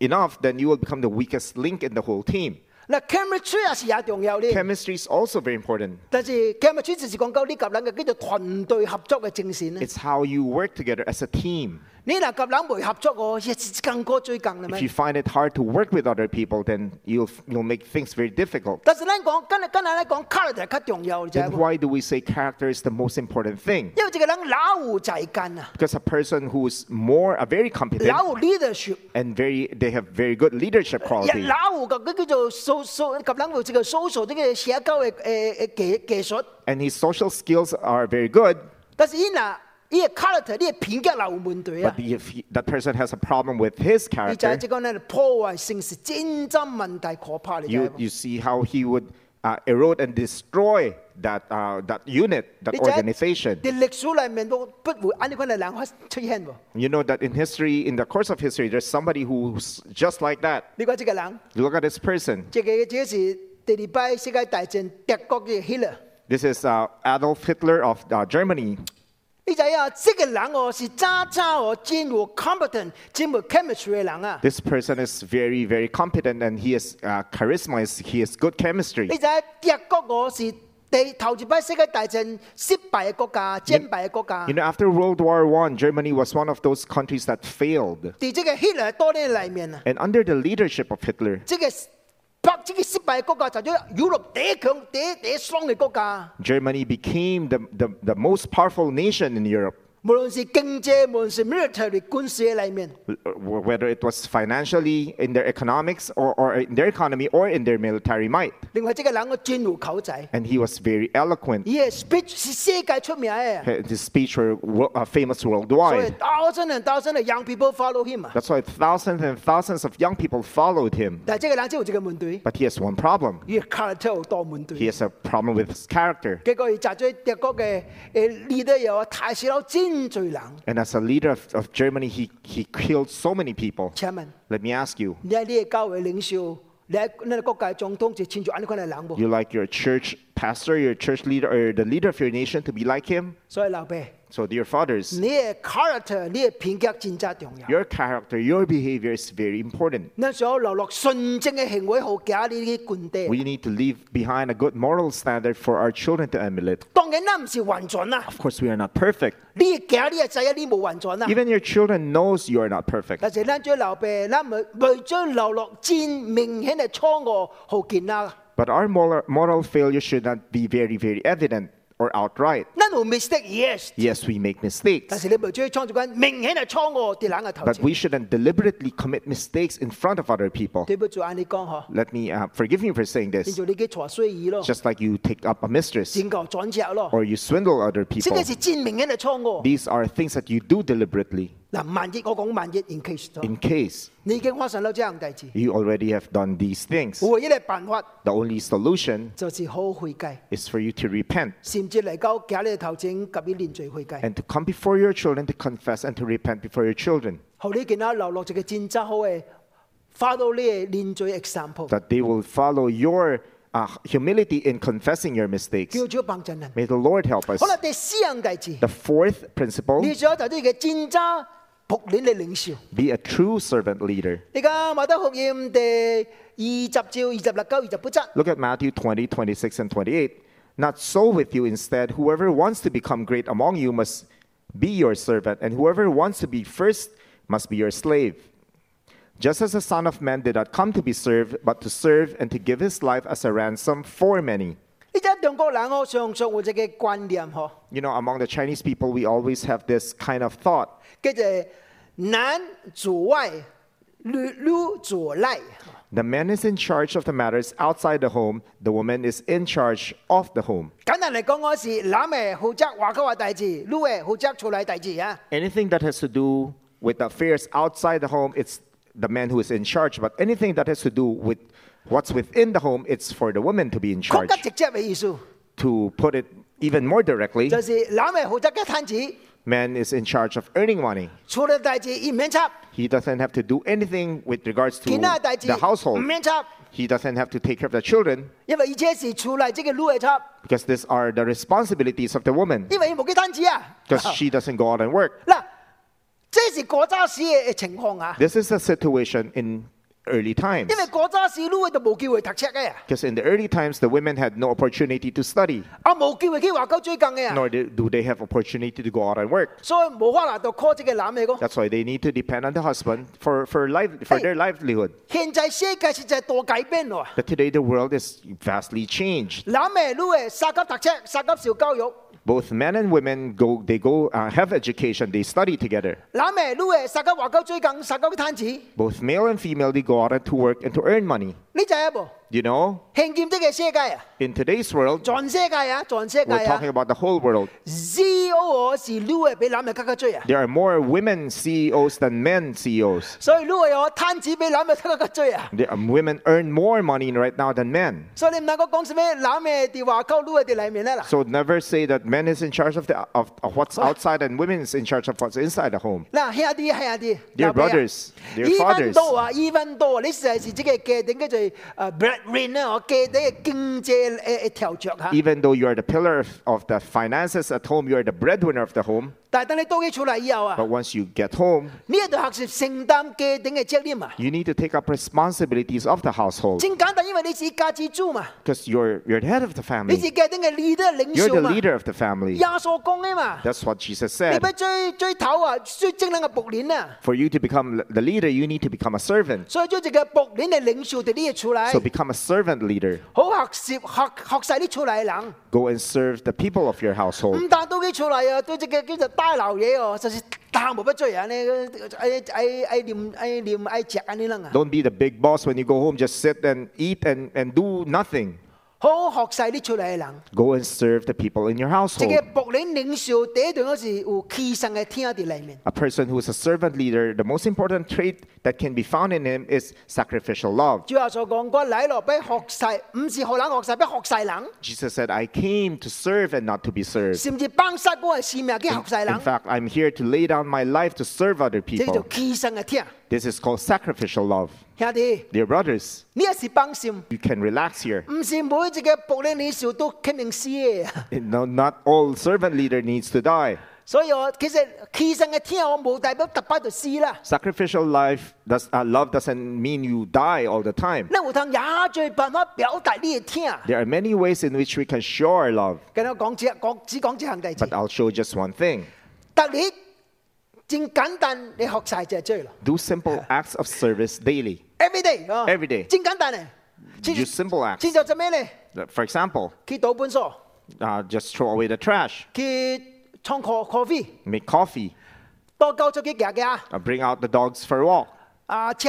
Speaker 2: enough, then you will become the weakest link in the whole team.
Speaker 1: 嗱 chemistry 也是也重要啲，
Speaker 2: Chemistry is also very important.
Speaker 1: 但是 chemistry 就是講究呢夾人嘅叫做團隊合作嘅精神咧。
Speaker 2: It's how you work together as a team.
Speaker 1: 你嗱夾人未合作喎，一次更過最近啦
Speaker 2: If
Speaker 1: 咩
Speaker 2: you？find it hard to work with other people, then you'll, you'll make things very difficult.
Speaker 1: 但是咱講今日今日咧講 character 較重要，你知
Speaker 2: Then
Speaker 1: 冇？
Speaker 2: why do we say character is the most important thing?
Speaker 1: 因為這個人老有才幹啊，
Speaker 2: Because a person who is more, a very competent
Speaker 1: 老有 leadership。
Speaker 2: and very, they have very good leadership
Speaker 1: 一
Speaker 2: quality.
Speaker 1: 老胡嘅叫做數數，及人會即個數數啲嘅社交嘅誒誒技技術，
Speaker 2: And his social skills are very good,
Speaker 1: 但是伊嗱伊嘅 character 呢個偏激流門隊啊
Speaker 2: but，if he- that person has a problem with his
Speaker 1: 你就係
Speaker 2: character,
Speaker 1: 即個咧破壞性是真真問題可怕，你知
Speaker 2: you,
Speaker 1: 冇？
Speaker 2: you see how he would uh, erode and destroy that, uh, that unit, that
Speaker 1: 你就係
Speaker 2: organization.
Speaker 1: 啲歷史裡面都不會按呢款嘅人可出現喎。
Speaker 2: You know that in history, in the course of history, there's somebody who's just like that.
Speaker 1: 你講即個人，
Speaker 2: Look at this person.
Speaker 1: 即個即個是第二擺世界大戰德國嘅 Hitler。
Speaker 2: This is uh, Adolf Hitler of uh, Germany.
Speaker 1: 你睇啊，即個人哦是渣渣哦，真有 competent，真有 chemistry 嘅人啊。
Speaker 2: This person is very, very competent and he is uh, charisma, is- he has good chemistry.
Speaker 1: 你就係德國，我是第頭一擺世界大戰失敗嘅國家、戰敗嘅國家
Speaker 2: You。know, after World War One, Germany was one of those countries that failed.
Speaker 1: 在這個 Hitler 多年裡面啊，
Speaker 2: And under the leadership of Hitler,
Speaker 1: 這個北這個失敗嘅國家就咗 Europe 第一強、第一第一雙嘅國家。
Speaker 2: Germany became the, the, the most powerful nation in Europe.
Speaker 1: 無論是經濟，無論是 military 軍事嘅裏面，
Speaker 2: whether it was financially, in their economics, or, or in their economy, or in their military might.
Speaker 1: 另外即個人嘅鑽牛口仔，
Speaker 2: And he was very eloquent.
Speaker 1: 而係 speech 是世界出名嘅，
Speaker 2: His speech were wo- uh, famous
Speaker 1: 所以
Speaker 2: worldwide.
Speaker 1: thousand and thousand of young people follow him 啊。
Speaker 2: That's why thousands and thousands of young people followed him.
Speaker 1: 但係即個人只有一個門對，
Speaker 2: But he has one problem.
Speaker 1: 佢 character 好多門
Speaker 2: He
Speaker 1: 對。
Speaker 2: has a problem with his character.
Speaker 1: 結果佢擲咗一個嘅誒 leader 又太少佬真罪人。
Speaker 2: And as a leader of, of Germany, he, he killed so many people.
Speaker 1: 請問
Speaker 2: Let me ask you,
Speaker 1: 你喺呢個教會領袖，你喺你哋國家嘅總統就穿住眼款嘅冷喎。
Speaker 2: you like your church pastor, your church leader, or the leader of your nation to be like him?
Speaker 1: 所以劉備，
Speaker 2: So, dear fathers,
Speaker 1: 你嘅 character，你嘅品格真真重要。
Speaker 2: your character, your behavior is very important.
Speaker 1: 你想留落純正嘅行為，好假呢啲官爹。
Speaker 2: We need to leave behind a good moral standard for our children to emulate.
Speaker 1: 當然啦，唔是啊混準啦。
Speaker 2: Of course, we are not perfect.
Speaker 1: 呢啲假呢個仔啊，呢冇混準啦。
Speaker 2: Even your children knows you are not perfect.
Speaker 1: 但是咱做劉備，咱咪咪將流落戰明顯嘅錯誤好啊見啦。
Speaker 2: But our moral, moral failure should not be very, very evident or outright.
Speaker 1: 咱有 mistake yes，
Speaker 2: Yes, we make
Speaker 1: 但
Speaker 2: mistakes,
Speaker 1: 是你咪將創造緊明顯嘅錯誤跌冷嘅頭
Speaker 2: but
Speaker 1: 前。
Speaker 2: we shouldn't deliberately commit mistakes in front of other people.
Speaker 1: 對不住，按你講嗬，
Speaker 2: Let me uh, forgive me for saying
Speaker 1: 變
Speaker 2: this.
Speaker 1: 做你嘅錯衰意咯，
Speaker 2: Just like you take up a mistress
Speaker 1: 戰夠轉隻咯。
Speaker 2: or you swindle other
Speaker 1: 即
Speaker 2: people,
Speaker 1: 係是戰明顯嘅錯誤。
Speaker 2: these are things that you do deliberately
Speaker 1: 嗱，萬一我講萬一 in case 咗，
Speaker 2: in case
Speaker 1: 你已經發生咗這樣嘅事，
Speaker 2: you already have done these things.
Speaker 1: 唯一嘅辦法
Speaker 2: The only solution
Speaker 1: 就是好悔改，
Speaker 2: is for you to repent
Speaker 1: 甚至嚟到假你嘅頭前及你連罪悔改。
Speaker 2: and to come before your children to confess and to repent before your children,
Speaker 1: 後呢見到流落咗嘅戰爭好嘅，花到呢個連罪 example，
Speaker 2: that they will follow your uh, humility in confessing your mistakes.
Speaker 1: 叫做幫助人。
Speaker 2: May the Lord help us.
Speaker 1: 好啦，第四樣第字，
Speaker 2: The fourth principle
Speaker 1: 你想就呢個戰爭僕領嘅領袖。
Speaker 2: be a true servant leader.
Speaker 1: 而家馬德福音第二十至二十六九二十八則，
Speaker 2: Look at Matthew 20, 26, and 28. Not so with you instead. Whoever wants to become great among you must be your servant, and whoever wants to be first must be your slave. Just as the Son of Man did not come to be served, but to serve and to give his life as a ransom for many.
Speaker 1: 呢則中國人我常常有一個觀念哦嗬，
Speaker 2: You know, among the Chinese people, we always have this kind of thought
Speaker 1: 佢就係男主外，女女主內。
Speaker 2: the man is in charge of the matters outside the home, the woman is in charge of the home.
Speaker 1: 簡單嚟講，我哦是男嘅負責話佢話大字，女嘅負責處理大字啊。
Speaker 2: anything that has to do with affairs outside the home, it's the man who is in charge. But anything that has to do with what's within the home, it's for the woman to be in
Speaker 1: 曲
Speaker 2: charge.
Speaker 1: 得直接嘅意思，
Speaker 2: To put it even more directly,
Speaker 1: 就係男嘅負責嘅攤子，
Speaker 2: man is in charge of earning money.
Speaker 1: 處理大字唔免插，
Speaker 2: He doesn't have to do anything with regards to
Speaker 1: 其他大字
Speaker 2: the
Speaker 1: 唔
Speaker 2: household.
Speaker 1: 免插，
Speaker 2: He doesn't have to take care of the children
Speaker 1: 因為而且是處理即係女嘅插，
Speaker 2: because these are the responsibilities of the woman
Speaker 1: 因為佢冇嘅攤子啊。
Speaker 2: because
Speaker 1: [laughs]
Speaker 2: she doesn't go out and work.
Speaker 1: 嗱，即是過渣屎嘅情況啊，
Speaker 2: This is a situation in early times
Speaker 1: 因為過渣屎女嘅就冇機會讀冊嘅，
Speaker 2: because in the early times, the women had no opportunity to study.
Speaker 1: 啊冇機會去話鳩追更嘅啊，
Speaker 2: nor do do they have opportunity to go out and work.
Speaker 1: 所以冇可能就 call 即個男嘅講。
Speaker 2: That's why they need to depend on the husband for, for, life, for
Speaker 1: Hey.
Speaker 2: their livelihood.
Speaker 1: 現在世界實在多改變喎，
Speaker 2: But today the world is vastly changed.
Speaker 1: 男嘅女嘅殺急讀冊，殺急受教育。
Speaker 2: Both men and women go, they go uh, have education, they study together.
Speaker 1: 男嘅女嘅殺鳩話鳩追更，殺鳩嘅攤子，
Speaker 2: Both male and female, they go out and to work and to earn money.
Speaker 1: 呢就係一部。
Speaker 2: You know,
Speaker 1: 現今呢個世界啊，
Speaker 2: in today's world,
Speaker 1: 全世界啊，全世界
Speaker 2: we're
Speaker 1: 啊
Speaker 2: talking about the whole world.
Speaker 1: ，CEO 是女嘅比男嘅更加追啊，
Speaker 2: There are more women CEOs than men CEOs.
Speaker 1: 所以女嘅有攤子比男嘅更加追啊，
Speaker 2: There, um, women earn more money right now than men.
Speaker 1: 所以你唔能夠講什麼男嘅電話溝女嘅電裡面啦嗱。
Speaker 2: So never say that men is in charge of, the, of, of what's outside and women is in charge of what's inside the home.
Speaker 1: 嗱，兄弟兄弟
Speaker 2: Dear
Speaker 1: 嗱俾啊
Speaker 2: brothers, dear
Speaker 1: even
Speaker 2: fathers.
Speaker 1: though 啊，even though 啊你實係是即個嘅頂嘅就係誒 breadwin 啊，我嘅頂嘅呃經濟誒誒條著嚇。
Speaker 2: even though you are the pillar of- of the finances at home, you are the breadwinner of the home.
Speaker 1: 但係等你多啲出嚟以後啊，
Speaker 2: But once you get home,
Speaker 1: 呢一度學習承擔嘅頂嘅責任啊，
Speaker 2: you need to take up responsibilities of the household
Speaker 1: 正簡單，因為你是家之主嘛。
Speaker 2: because you're, you're the head of the
Speaker 1: 你自己
Speaker 2: family.
Speaker 1: 係嘅 leader 領
Speaker 2: You're
Speaker 1: 袖
Speaker 2: the
Speaker 1: 嘛，
Speaker 2: leader of the family.
Speaker 1: 耶穌講啊嘛，
Speaker 2: That's what Jesus
Speaker 1: 你
Speaker 2: said.
Speaker 1: 咪追追頭啊，追精靈嘅僕鏈啊，
Speaker 2: For you to become l- the leader, you need to become a servant.
Speaker 1: 所以將自己嘅僕鏈嚟領袖哋啲嘢出
Speaker 2: So
Speaker 1: 嚟，
Speaker 2: become a servant leader.
Speaker 1: 好學習學學曬啲出嚟嘅人，Mm.
Speaker 2: Go and serve the people of your household.
Speaker 1: 唔但到啲出嚟啊，對自己叫做帶擺流嘢哦，就是淡無不追啊人咧，愛愛愛哎念愛念愛食安尼啦啊！
Speaker 2: Don't be the big boss when you go home. Just sit and eat and, and do nothing.
Speaker 1: 好好學晒啲出嚟嘅人，
Speaker 2: Go and serve the people in your
Speaker 1: 即
Speaker 2: household.
Speaker 1: 係僕領領袖第一段嗰時有犧牲嘅天喺地裏面。
Speaker 2: A person who is a servant leader, the most important trait that can be found in him is sacrificial love.
Speaker 1: 主耶穌講過，禮落俾學晒，唔是學人學晒，俾學晒人，
Speaker 2: Jesus said, I came to serve and not to be served.
Speaker 1: 甚至崩殺嗰個使命叫學晒
Speaker 2: In
Speaker 1: 人，
Speaker 2: fact, I'm here to lay down my life to serve other
Speaker 1: 即係叫
Speaker 2: people.
Speaker 1: 犧牲嘅天。
Speaker 2: This is called sacrificial love.
Speaker 1: 兄弟，
Speaker 2: Dear brothers,
Speaker 1: 呢一是崩善，唔
Speaker 2: you can relax here.
Speaker 1: 是每一個僕領領袖都肯定死嘅。
Speaker 2: No, not all servant leader needs to die.
Speaker 1: 所以我其實犧牲嘅天，我冇代表特擺就死啦。
Speaker 2: Sacrificial life does, uh, love doesn't mean you die all the time.
Speaker 1: 你有通也最辦法表達呢個天。
Speaker 2: There are many ways in which we can show our love,
Speaker 1: 跟我講只講只講只行弟子
Speaker 2: but，I'll show just one thing.
Speaker 1: 特你正簡單，你學晒就係追咯。
Speaker 2: Do simple acts of service daily.
Speaker 1: Every day 啊
Speaker 2: Every day
Speaker 1: 正簡單咧。
Speaker 2: Use simple acts. Uh,
Speaker 1: 切就做咩咧？
Speaker 2: For example,
Speaker 1: 去倒本書，
Speaker 2: uh, just throw away the trash,
Speaker 1: 去沖咖咖啡，
Speaker 2: make coffee,
Speaker 1: 多狗出去行行。
Speaker 2: uh, bring out the dogs for a walk.
Speaker 1: 啊，車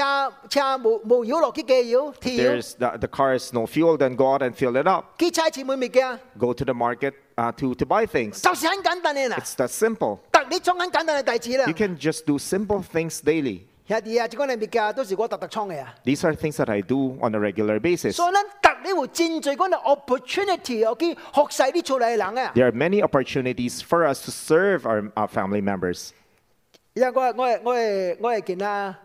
Speaker 1: 車冇冇油落去加油，
Speaker 2: If
Speaker 1: 添油。
Speaker 2: there's the, the car is no fuel, then go out and fill it up.
Speaker 1: 去差錢買物件，
Speaker 2: Go to the market uh, to, to buy things.
Speaker 1: 就是很簡單嘅啦。
Speaker 2: It's that simple.
Speaker 1: 特你創很簡單嘅弟子啦
Speaker 2: You。can just do simple things daily.
Speaker 1: 兄弟啊，即講你物件都是我特特創嘅啊。
Speaker 2: These are things that I do on a regular basis.
Speaker 1: 所以咱特你會爭取嗰個 opportunity，我去學晒啲出嚟嘅人啊。
Speaker 2: There are many opportunities for us to serve our, our family members.
Speaker 1: 因為我係我係我係我係見啊，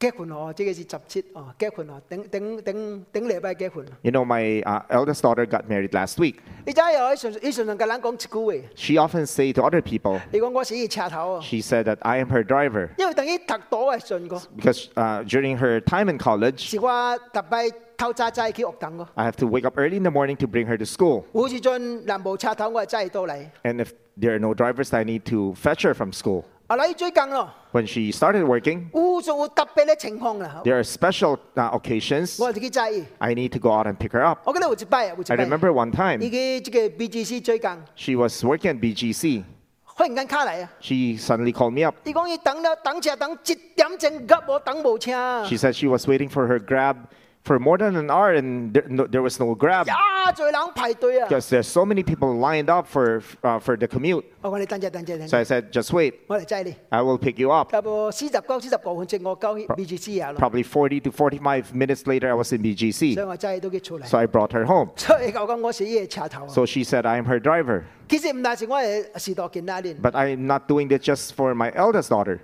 Speaker 1: 結婚哦，即個是十七哦，結婚哦，頂頂頂頂禮拜結婚。
Speaker 2: You know, my uh, eldest daughter got married last week.
Speaker 1: 你知又喺上喺上上甲人講一句話，
Speaker 2: She often say to other people,
Speaker 1: 你講我死喺車頭哦，
Speaker 2: she said that I am her driver
Speaker 1: 因為等於特多係信個，
Speaker 2: because uh, during her time in college,
Speaker 1: 是我特拜偷揸揸去學堂個。
Speaker 2: I have to wake up early in the morning to bring her to school.
Speaker 1: 有時陣南無車頭，我係揸到嚟。
Speaker 2: And if there are no drivers, I need to fetch her from school.
Speaker 1: 啊，嚟最近咯，
Speaker 2: When she started working,
Speaker 1: 有仲有特別嘅情況啦，
Speaker 2: there are special uh, occasions
Speaker 1: 我係自己揸。
Speaker 2: I need to go out and pick her up.
Speaker 1: 我記得有一擺啊，有
Speaker 2: I
Speaker 1: 一擺。
Speaker 2: remember one
Speaker 1: 已
Speaker 2: time
Speaker 1: 經即個 BGC 最近，
Speaker 2: she was working at BGC.
Speaker 1: 忽然間卡嚟啊！
Speaker 2: She suddenly called me up.
Speaker 1: 伊講伊等咗等車等一點鐘急，我等啊無車。
Speaker 2: She said she was waiting for her grab for more than an hour and there, no, there was no grab
Speaker 1: 呀，最冷排隊啊！
Speaker 2: because there's so many people lined up for, uh, for the commute.
Speaker 1: 我講你等陣，等陣，等
Speaker 2: So
Speaker 1: 陣，
Speaker 2: I said, just wait,
Speaker 1: 我嚟載你。
Speaker 2: I will pick you up.
Speaker 1: 差唔多四十九、四十個分鐘，我交去 BGC 啊咯，
Speaker 2: Probably 40 to 45 minutes later, I was in
Speaker 1: 所以
Speaker 2: BGC.
Speaker 1: 我載到佢出嚟。
Speaker 2: So I brought her home.
Speaker 1: 所以我講我是伊嘅車頭啊。
Speaker 2: So she said, I am her driver.
Speaker 1: 其實唔單是我係時代見那年，
Speaker 2: But I'm not doing this just for my eldest daughter.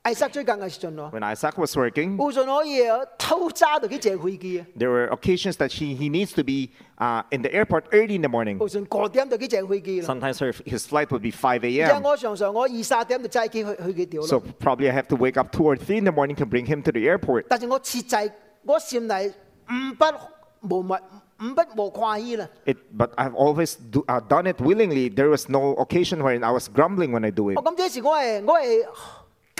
Speaker 1: 艾塞最近嘅時陣咯，
Speaker 2: When Isaac was working,
Speaker 1: 有陣可以偷揸到去坐飛機啊，
Speaker 2: there were occasions that she, he needs to be uh, in the airport early in the morning.
Speaker 1: 有陣個點就去坐飛機啦。
Speaker 2: Sometimes her, his flight would be 5
Speaker 1: 而
Speaker 2: a.m.
Speaker 1: 且我常常我二三點就揸機去去幾條咯
Speaker 2: So。probably I have to wake up 2 or 3 in the morning to bring him to the airport.
Speaker 1: 但是我設制，我善嚟五不無物，五不無跨依啦。
Speaker 2: It, but I've always do, uh, done it willingly. There was no occasion when I was grumbling when I do it.
Speaker 1: 哦我咁這時我係我係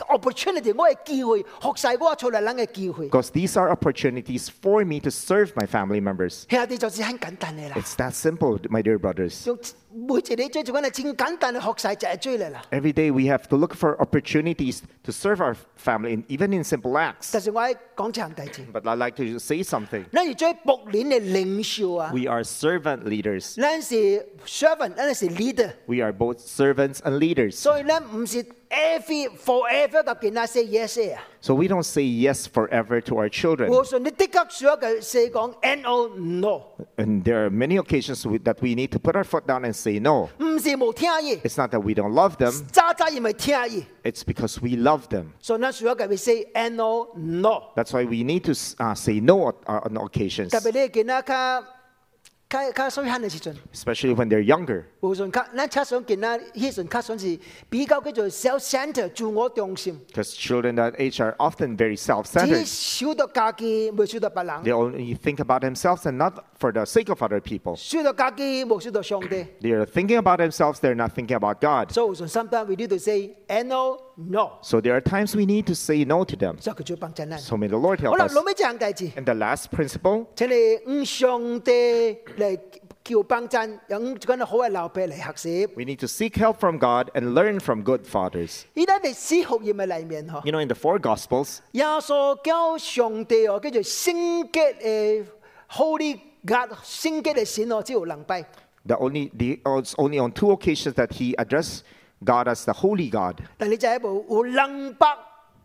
Speaker 1: opportunity，我係機會，學晒我出嚟人嘅機會。
Speaker 2: Because these are opportunities for me to serve my family members.
Speaker 1: 兄弟就是很簡單嘅啦，
Speaker 2: It's that simple, my dear brothers.
Speaker 1: 用每一日最做緊係真簡單嘅學晒就係追嚟啦。
Speaker 2: Every day we have to look for opportunities to serve our family, and even in simple acts.
Speaker 1: 但是我喺講這行弟子，
Speaker 2: But I'd like to say something.
Speaker 1: 你係最博年嘅領袖啊，
Speaker 2: We are servant leaders.
Speaker 1: 你是 servant，你是 leader，
Speaker 2: We are both servants and leaders.
Speaker 1: 所以咧唔是 every forever 嘅見啊 say yes 嘅啊。
Speaker 2: So we don't say yes forever to our children.
Speaker 1: 我信你的確需要嘅 say 講 and or no，
Speaker 2: And there are many occasions we- that we need to put our foot down and say no.
Speaker 1: 唔是冇聽嘢。
Speaker 2: It's not that we don't love them,
Speaker 1: 渣渣亦咪聽意，
Speaker 2: it's because we love them.
Speaker 1: 所以呢需要佢哋 say no no。
Speaker 2: That's why we need to uh, say no on, on occasions,
Speaker 1: 特別你見啊，卡卡卡細漢嘅時陣，
Speaker 2: especially when they're younger.
Speaker 1: 無論卡咱卡想見啊，迄陣卡想是比較叫做 self center 自我中心，
Speaker 2: Because children that age are often very self
Speaker 1: 只
Speaker 2: centered.
Speaker 1: 想到家己，未想到別
Speaker 2: They
Speaker 1: 人，
Speaker 2: only think about themselves and not for the sake of other people.
Speaker 1: 想到家己，未想到上帝。
Speaker 2: They are thinking about themselves, they're not thinking about God.
Speaker 1: 所以無論 sometimes we need to say no no，
Speaker 2: So there are times we need to say no to them.
Speaker 1: 所以佢就幫襯咱。
Speaker 2: So may the Lord
Speaker 1: 好
Speaker 2: help
Speaker 1: 啦，
Speaker 2: us.
Speaker 1: 老尾一項代志，
Speaker 2: And the last principle
Speaker 1: 請你用上帝嚟叫幫襯，用嗰啲好嘅流弊嚟學習。
Speaker 2: We need to seek help from God and learn from good fathers.
Speaker 1: 呢啲歷史學業嘅裏面嗬，
Speaker 2: You know, in the four Gospels,
Speaker 1: 耶穌教上帝哦，叫做聖潔嘅 Holy God，聖潔嘅神哦，只有能拜。
Speaker 2: the only, the, oh, it's only on two occasions that he addressed God as the Holy God.
Speaker 1: 但你就係一部有能百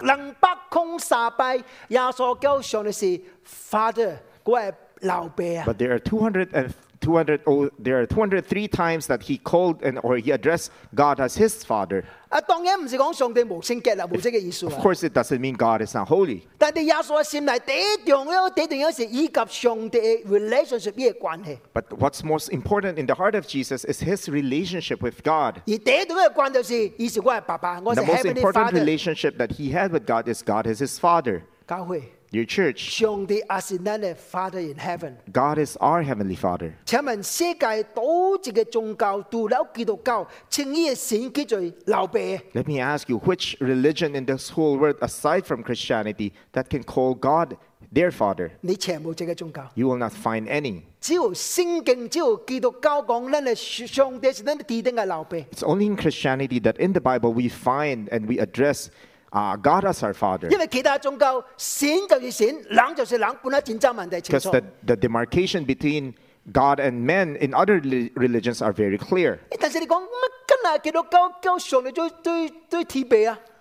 Speaker 1: 能百空撒拜，耶穌教上帝是 Father，嗰係流弊啊。
Speaker 2: But there are 200 and 200, oh, there are 203 times that he called and or he addressed God as his father.
Speaker 1: 啊，當然唔是講上帝無聖潔啦，無即嘅意思
Speaker 2: Of
Speaker 1: 啊。
Speaker 2: course, it doesn't mean God is not holy.
Speaker 1: 但係耶穌嘅心嚟第一樣咧，第一樣是以及上帝嘅 relationship 呢個關係。
Speaker 2: But what's most important in the heart of Jesus is his relationship with God.
Speaker 1: 而第一種嘅關就是，以前我係爸爸，我
Speaker 2: The
Speaker 1: 係
Speaker 2: most
Speaker 1: Heavenly
Speaker 2: important
Speaker 1: Father。
Speaker 2: relationship that he had with God is God is his father.
Speaker 1: 教會，
Speaker 2: Your church,
Speaker 1: 上帝也是咱嘅 Father in Heaven。
Speaker 2: God is our heavenly father.
Speaker 1: 請問世界多隻嘅宗教，除了基督教，稱呢個神叫做流弊。
Speaker 2: Let me ask you, which religion in this whole world, aside from Christianity, that can call God their father?
Speaker 1: 你全部隻嘅宗教，
Speaker 2: You will not find any.
Speaker 1: 只要聖經，只要基督教講，咱係上帝是咱鐵定嘅流弊。
Speaker 2: It's only in Christianity that in the Bible we find and we address uh, God as our
Speaker 1: 因為其他宗教，神就是神，人就是人，本來真正問題清楚。
Speaker 2: Father. Because the, the demarcation between God and men in other reli- religions are very clear.
Speaker 1: 但是你講乜跟啊基督教教上帝最-最-最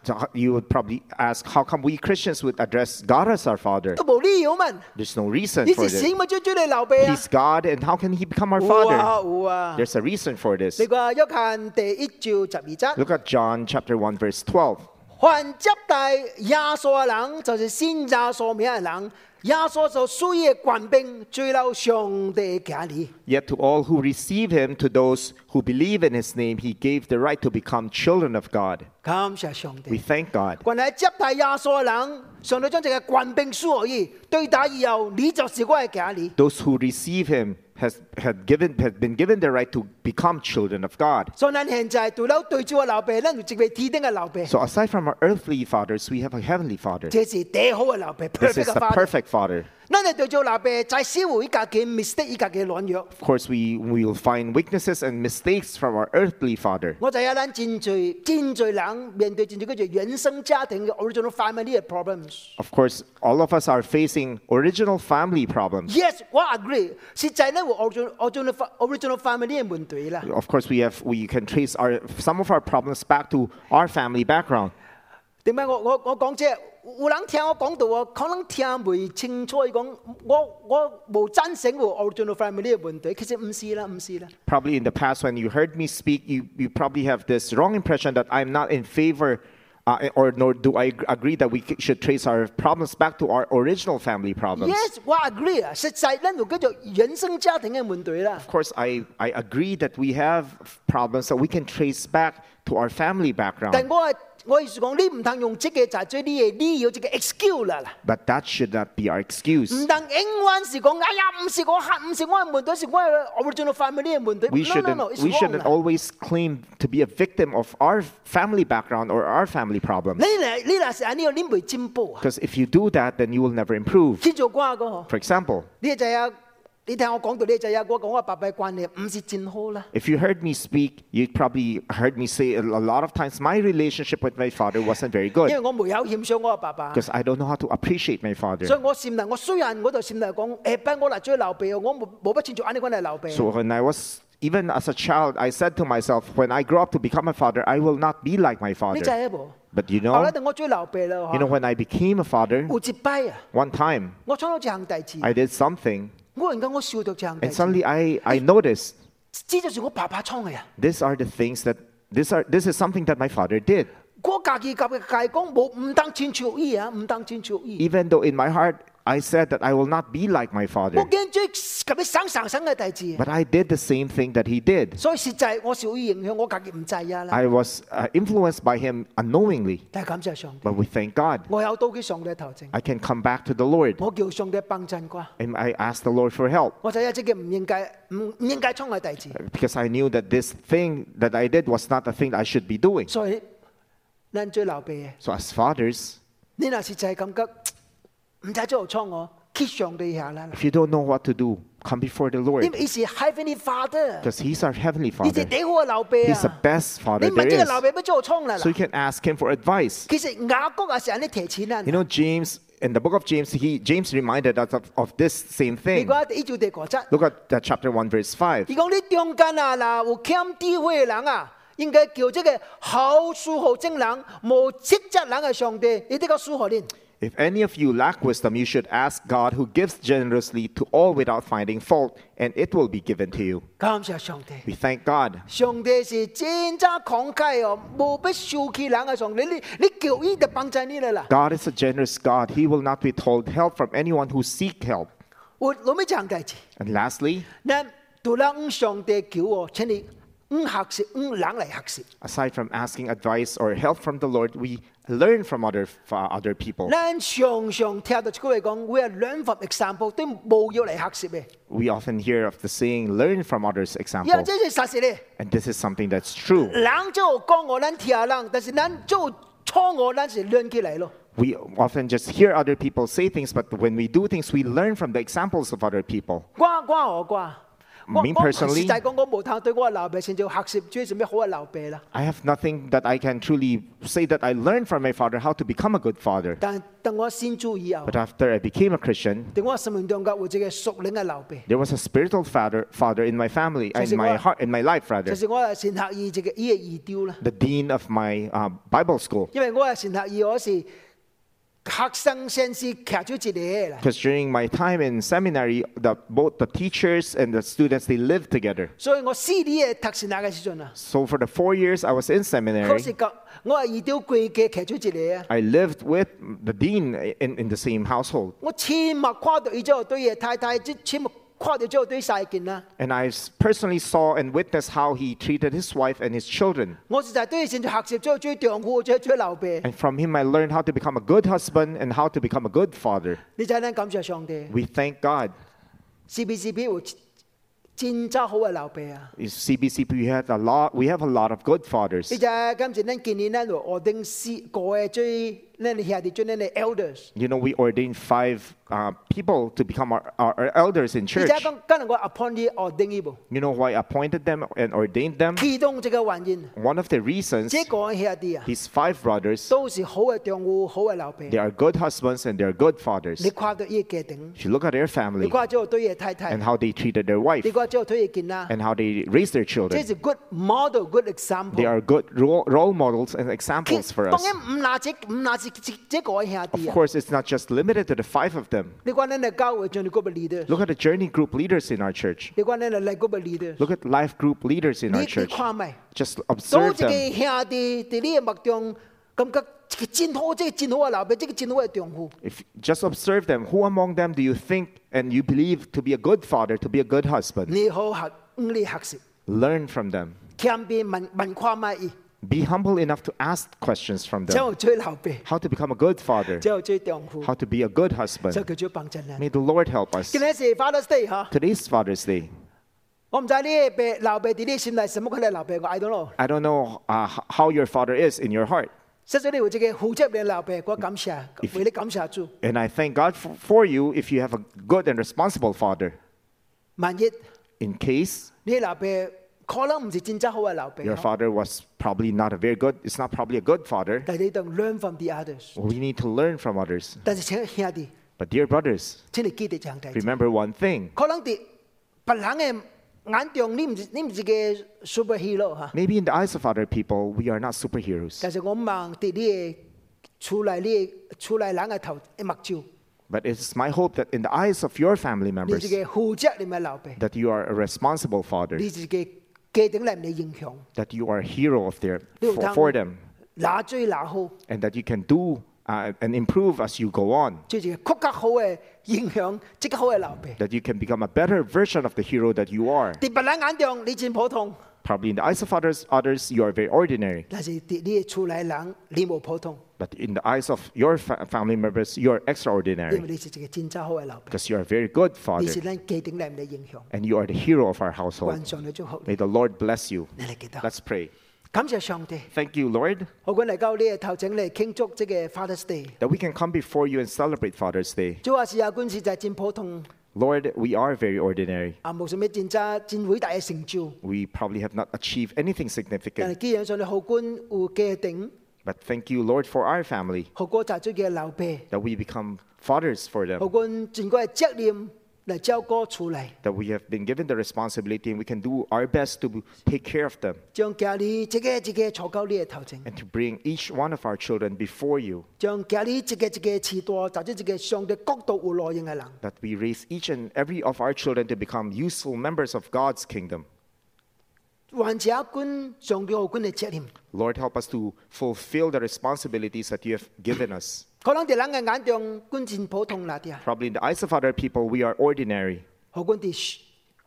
Speaker 2: So ho- you would probably ask, how come we Christians would address God as our
Speaker 1: 貼鼻啊？
Speaker 2: Father?
Speaker 1: 都冇理由嘛。
Speaker 2: There's no reason for this.
Speaker 1: 以前神咪最-最嚟流鼻啊。
Speaker 2: He's God, and how can He become our
Speaker 1: 有啊，
Speaker 2: Father?
Speaker 1: 有啊。
Speaker 2: There's a reason for this.
Speaker 1: 你話約翰第一章十二節，
Speaker 2: Look at John chapter 1, verse 12.
Speaker 1: 凡接待耶穌嘅人，就是信耶穌名嘅人，耶穌就屬於權柄，最有上帝嘅兒子。
Speaker 2: Yet to all who receive Him, to those who believe in His name, He gave the right to become children of God.
Speaker 1: 感謝上帝。
Speaker 2: We thank God.
Speaker 1: 原來接待耶穌嘅人，上帝將這個權柄書而已，對打以後，你就是我嘅兒女。
Speaker 2: those who receive him has had given had been given the right to become children of God.
Speaker 1: 所以咱現在除了對照嘅流弊，咱就直為天頂嘅流弊。
Speaker 2: So aside from our earthly fathers, we have a heavenly father.
Speaker 1: 這是第好嘅流弊
Speaker 2: This
Speaker 1: ，perfect
Speaker 2: is
Speaker 1: 嘅
Speaker 2: the
Speaker 1: 法。
Speaker 2: perfect father.
Speaker 1: 咱係對照流弊，在社會家嘅 mistake 依家嘅軟弱。
Speaker 2: Of course, we we will find weaknesses and mistakes from our earthly father.
Speaker 1: 我就有咱真罪，真罪人面對真罪叫做原生家庭嘅 original family 嘅 problems。
Speaker 2: Of course, all of us are facing original family problems.
Speaker 1: Yes，我 agree，實際呢，我 original original fa- original family 嘅問題啦。
Speaker 2: Of course, we have we can trace our some of our problems back to our family background.
Speaker 1: 點解我我我講即係有人聽我講到喎，可能聽未清楚。佢講我我冇真誠喎，original family 嘅問題，其實唔是啦，唔是啦。
Speaker 2: Probably in the past, when you heard me speak, you, you probably have this wrong impression that I'm not in favor, uh, or nor do I ag- agree that we c- should trace our problems back to our original family problems.
Speaker 1: Yes，我 agree 啊，實際咧就叫做原生家庭嘅問題啦。
Speaker 2: Of course, I, I agree that we have f- problems that we can trace back to our family
Speaker 1: 但
Speaker 2: background,
Speaker 1: 我係我意思講，你唔能用即嘅就係最啲嘢，你要即嘅 excuse 啦啦。
Speaker 2: but that should not be our excuse.
Speaker 1: 唔能永遠是講，哎呀，唔是我黑，唔是我嘅問題，是我嘅 original family 嘅問題。
Speaker 2: We
Speaker 1: No no
Speaker 2: shouldn't,
Speaker 1: no，it's
Speaker 2: we
Speaker 1: wrong 啊
Speaker 2: shouldn't
Speaker 1: 啦。
Speaker 2: always claim to be a victim of our family background or our family
Speaker 1: 你
Speaker 2: problems.
Speaker 1: 嚟你嗱係呢個你唔會進步啊。
Speaker 2: Because if you do that, then you will never improve.
Speaker 1: 繼續講講嗬。
Speaker 2: For example,
Speaker 1: 啊呢一隻啊，你聽我講到呢一隻啊，我講我爸爸嘅觀念唔是真好啦。
Speaker 2: If you heard me speak, you probably heard me say a a lot of times my relationship with my father wasn't very
Speaker 1: 因為
Speaker 2: good
Speaker 1: 我沒有欠上我嘅爸爸，
Speaker 2: because I don't know how to appreciate my
Speaker 1: 所
Speaker 2: father.
Speaker 1: 以我善能，我雖然我就善能講，誒不我嚟追流鼻，我冇冇乜清楚眼你講係流鼻。
Speaker 2: So when I was even as a child, I said to myself, when I grow up to become a father, I will not be like my
Speaker 1: 你就
Speaker 2: father.
Speaker 1: 係一步，
Speaker 2: But you
Speaker 1: 後來
Speaker 2: know,
Speaker 1: 等我追流鼻啦
Speaker 2: you know
Speaker 1: 嚇，
Speaker 2: when I became a father,
Speaker 1: 胡接跛啊！
Speaker 2: one time
Speaker 1: 我初初只行第二次，
Speaker 2: I did something
Speaker 1: 我而家我笑到只行第二
Speaker 2: and
Speaker 1: 次，
Speaker 2: suddenly I, I noticed
Speaker 1: 知就是我爸爸創嘅人。
Speaker 2: these are the things that this are this is something that my father did.
Speaker 1: 我家己夾嘅界講冇唔當穿著衣啊，唔當穿著衣。
Speaker 2: Even though in my heart I said that I will not be like my
Speaker 1: 我
Speaker 2: father,
Speaker 1: 驚最夾嘅省省省嘅大字，
Speaker 2: but I did the same thing that he did.
Speaker 1: 所以實際我受影響，我家己唔制啊啦。
Speaker 2: I was uh, influenced by him unknowingly,
Speaker 1: 但係感謝上帝，
Speaker 2: but we thank God.
Speaker 1: 我有到佢上帝頭前。
Speaker 2: I can come back to the Lord
Speaker 1: 我叫上帝幫襯啩，
Speaker 2: and I asked the Lord for help
Speaker 1: 我就一直嘅唔應該唔唔應該衝嘅弟子，
Speaker 2: because I knew that this thing that I did was not the thing I should be doing.
Speaker 1: 所以咱最流弊嘅，
Speaker 2: So, as fathers,
Speaker 1: 你若是就係感覺唔使做衝我，去上帝下啦。
Speaker 2: If you don't know what to do, come before the
Speaker 1: 因
Speaker 2: Lord
Speaker 1: 為佢是 Heavenly Father，
Speaker 2: because He's our Heavenly
Speaker 1: 你是
Speaker 2: Father.
Speaker 1: 頂好嘅老爸
Speaker 2: He's the
Speaker 1: 啊！
Speaker 2: best
Speaker 1: 你
Speaker 2: Father
Speaker 1: 問
Speaker 2: there
Speaker 1: 呢個
Speaker 2: is.
Speaker 1: 老爸乜做倉啦
Speaker 2: So you can ask Him for advice.
Speaker 1: 其實雅各也成日啲提錢啊。
Speaker 2: You know, James, in the book of James, he, James reminded us of, of this same
Speaker 1: 你
Speaker 2: thing.
Speaker 1: 講第一章第九節，
Speaker 2: Look at uh, chapter 1, verse 5.
Speaker 1: 佢講你中間啊嗱有欠智慧嘅人啊，應該叫即個好舒好精人、無職責人嘅上帝，你呢個舒服呢？
Speaker 2: If any of you lack wisdom, you should ask God, who gives generously to all without finding fault, and it will be given to you.
Speaker 1: 感謝上帝。
Speaker 2: We thank God.
Speaker 1: 上帝是真正慷慨哦，無不受其人嘅上帝，你你叫伊就幫助你啦啦。
Speaker 2: God is a generous God. He will not withhold help from anyone who seek help.
Speaker 1: 我攞咩講代志？
Speaker 2: And lastly,
Speaker 1: 咱除了五上帝求哦，請你五學習，五人嚟學習。
Speaker 2: aside from asking advice or help from the Lord, we learn from other uh, other people.
Speaker 1: 咱常常聽到一句話講，we are learn from example，對無要嚟學習嘅。
Speaker 2: We often hear of the saying, "Learn from others."
Speaker 1: 因為
Speaker 2: Example,
Speaker 1: 這是實事咧。
Speaker 2: and this is something that's true.
Speaker 1: 人就講我咱聽人，但是咱就錯我咱是亂起嚟咯。
Speaker 2: We often just hear other people say things, but when we do things, we learn from the examples of other people.
Speaker 1: 我我我我。我
Speaker 2: Me
Speaker 1: 我
Speaker 2: personally-
Speaker 1: 實在講，我無通對我嘅老爸先就學習，最做咩好嘅老爸啦。
Speaker 2: I have nothing that I can truly say that I learned from my father how to become a good father.
Speaker 1: 但等我先主以後，
Speaker 2: But after I became a Christian,
Speaker 1: 等啊我生命中間有一個屬靈嘅老爸，
Speaker 2: there was a spiritual father, father in my family,
Speaker 1: So is it
Speaker 2: in my
Speaker 1: what-
Speaker 2: heart, in my life
Speaker 1: 就
Speaker 2: rather.
Speaker 1: 是我係先學伊一個伊嘅異調啦。
Speaker 2: The dean of my uh, Bible school,
Speaker 1: 因為我係先學伊，我是學生先是徛住一個啦，
Speaker 2: because during my time in seminary, the, both the teachers and the students they lived together.
Speaker 1: 所以我四年嘅讀神學嘅時陣啊，
Speaker 2: So for the four years I was in
Speaker 1: 可
Speaker 2: seminary,
Speaker 1: 是講我係異調規家徛住一個啊。
Speaker 2: I lived with the dean in, in the same household,
Speaker 1: 我親目看到伊之後，對伊太太即親目看到之後對晒件啦。
Speaker 2: and I s- personally saw and witnessed how he treated his wife and his children.
Speaker 1: 我實在對伊先至學習咗最丈夫，最最老爸。
Speaker 2: And from him, I learned how to become a good husband and how to become a good father.
Speaker 1: 你真係感謝上帝，
Speaker 2: We thank God.
Speaker 1: 是不是比有真真好嘅老爸啊？
Speaker 2: In CBCP, we had a lot. We have a lot of good
Speaker 1: 你
Speaker 2: fathers.
Speaker 1: 就今次咱今年咱就學定四個嘅最咱兄弟最咱嘅 elders。
Speaker 2: You know, we ordained five uh, people to become our, our, our elders in
Speaker 1: 你
Speaker 2: church.
Speaker 1: 就講今日我 upon 你學定伊無？
Speaker 2: You know why I appointed them and ordained them?
Speaker 1: 其中一個原因，
Speaker 2: One of the reasons
Speaker 1: 這個嘅兄弟啊，
Speaker 2: these five brothers,
Speaker 1: 都是好嘅丈夫，好嘅老爸。
Speaker 2: they are good husbands and they are good fathers.
Speaker 1: 你看到伊嘅家庭，
Speaker 2: If you look at their
Speaker 1: 你
Speaker 2: family
Speaker 1: 看之後對伊太太
Speaker 2: and，how they treated their wife
Speaker 1: 你看之後對伊囡仔。
Speaker 2: and how they raised
Speaker 1: 这
Speaker 2: their children,
Speaker 1: 是 good model, good example。
Speaker 2: they are good role, role models and examples
Speaker 1: 其
Speaker 2: for
Speaker 1: 當
Speaker 2: us.
Speaker 1: 然唔嗱只唔嗱只只只個兄
Speaker 2: Of
Speaker 1: 弟啊！
Speaker 2: course, it's not just limited to the five of them.
Speaker 1: 你講你哋教會仲有嗰個 leader，
Speaker 2: Look at the journey group leaders in our church.
Speaker 1: 你講你哋嚟嗰個 leader，
Speaker 2: Look at life group leaders in
Speaker 1: 你
Speaker 2: our
Speaker 1: 你
Speaker 2: church.
Speaker 1: 看咪？
Speaker 2: Just
Speaker 1: 做一
Speaker 2: observe
Speaker 1: 個
Speaker 2: them.
Speaker 1: 兄弟喺你嘅目中，感覺這個真好，這個真好嘅老爸，這個真好嘅丈夫。
Speaker 2: If just observe them. Who among them do you think and you believe to be a good father, to be a good husband?
Speaker 1: 你好學，嗯你學習，
Speaker 2: Learn from them.
Speaker 1: 謙卑問問看咪伊，
Speaker 2: Be humble enough to ask questions from
Speaker 1: 之
Speaker 2: them.
Speaker 1: 後最老爸，
Speaker 2: How to become a good father,
Speaker 1: 之後最丈夫，
Speaker 2: how to be a good
Speaker 1: 就
Speaker 2: husband.
Speaker 1: 叫做幫襯啦。
Speaker 2: May the Lord help us.
Speaker 1: 今日是 Father's Day 嚇，
Speaker 2: Today's Father's Day.
Speaker 1: 我唔知你爸老爸喺你心內什麼款嘅老爸，我 I don't know。
Speaker 2: I don't know uh, h- how your father is in your heart.
Speaker 1: 實在你有這個負責任老爸，我感謝，為你感謝主。
Speaker 2: And I thank God for, for you if you have a good and responsible father.
Speaker 1: 萬一
Speaker 2: In case
Speaker 1: 你老爸可能唔是真正好嘅老
Speaker 2: your
Speaker 1: 爸，
Speaker 2: father was probably not a very good, it's not probably a good father,
Speaker 1: 但你當 learn from the others。
Speaker 2: we need to learn from others.
Speaker 1: 但是請兄弟，
Speaker 2: But dear brothers,
Speaker 1: 請你記得一樣嘢，
Speaker 2: remember one thing.
Speaker 1: 可能喺別人嘅眼中，你唔是你唔是個 superhero 嚇，
Speaker 2: Maybe in the eyes of other people, we are not superheroes.
Speaker 1: 但是我望喺你嘅厝內，你嘅厝內人嘅頭目睭，
Speaker 2: But it's my hope that in the eyes of your family
Speaker 1: 你
Speaker 2: members,
Speaker 1: 是個負責任嘅老爸，
Speaker 2: that you are a responsible father,
Speaker 1: 你是個家庭內面嘅影響，
Speaker 2: that you are a hero of their,
Speaker 1: 你有
Speaker 2: for, for them,
Speaker 1: 拿最拿好，
Speaker 2: and that you can do uh, and improve as you go on,
Speaker 1: 做一個更加好嘅影響，即刻好嘅老爸。
Speaker 2: that you can become a better version of the hero that you are.
Speaker 1: 喺別人眼中，你真普通。
Speaker 2: Probably in the eyes of others, others you are very ordinary,
Speaker 1: 但是伫你嘅厝內人，你無普通，
Speaker 2: but in the eyes of your fa- family members, you are
Speaker 1: 因為
Speaker 2: extraordinary
Speaker 1: 你是一個真正好嘅老爸，
Speaker 2: because you are a very good
Speaker 1: 你
Speaker 2: father
Speaker 1: 是咱家庭內面嘅影響，
Speaker 2: and you are the hero of our
Speaker 1: 關
Speaker 2: household.
Speaker 1: 上咗祝福你，
Speaker 2: May the Lord bless you.
Speaker 1: 你嚟祈禱。
Speaker 2: Let's pray.
Speaker 1: 感謝上帝，
Speaker 2: Thank you, Lord,
Speaker 1: 好趕嚟到呢個頭整嚟慶祝即嘅 Father's Day。
Speaker 2: that we can come before you and celebrate Father's Day.
Speaker 1: 主話是啊，官事就係戰普通
Speaker 2: Lord, we are very ordinary.
Speaker 1: 啊，無甚咩戰爭、戰偉大嘅成就。
Speaker 2: We probably have not achieved anything
Speaker 1: 但
Speaker 2: significant.
Speaker 1: 係基因上你好官護嘅頂，
Speaker 2: But thank you, Lord, for our family,
Speaker 1: 好過扎咗嘅流鼻，
Speaker 2: that we become fathers for
Speaker 1: 好
Speaker 2: them,
Speaker 1: 官盡嗰嘅責任嚟交哥處理，
Speaker 2: that we have been given the responsibility and we can do our best to take care of them
Speaker 1: 將家裏自己自己坐高呢個頭整，
Speaker 2: and to bring each one of our children before you,
Speaker 1: 將家裏自己自己次多，扎咗自己上帝角度活內應係能。
Speaker 2: that we raise each and every of our children to become useful members of God's kingdom.
Speaker 1: 還是一官上帝好官嘅責任。
Speaker 2: Lord, help us to fulfill the responsibilities that you have given us.
Speaker 1: 可能哋人嘅眼中，官戰普通啦啲啊，
Speaker 2: Probably in the eyes of other people, we are ordinary.
Speaker 1: 好官啲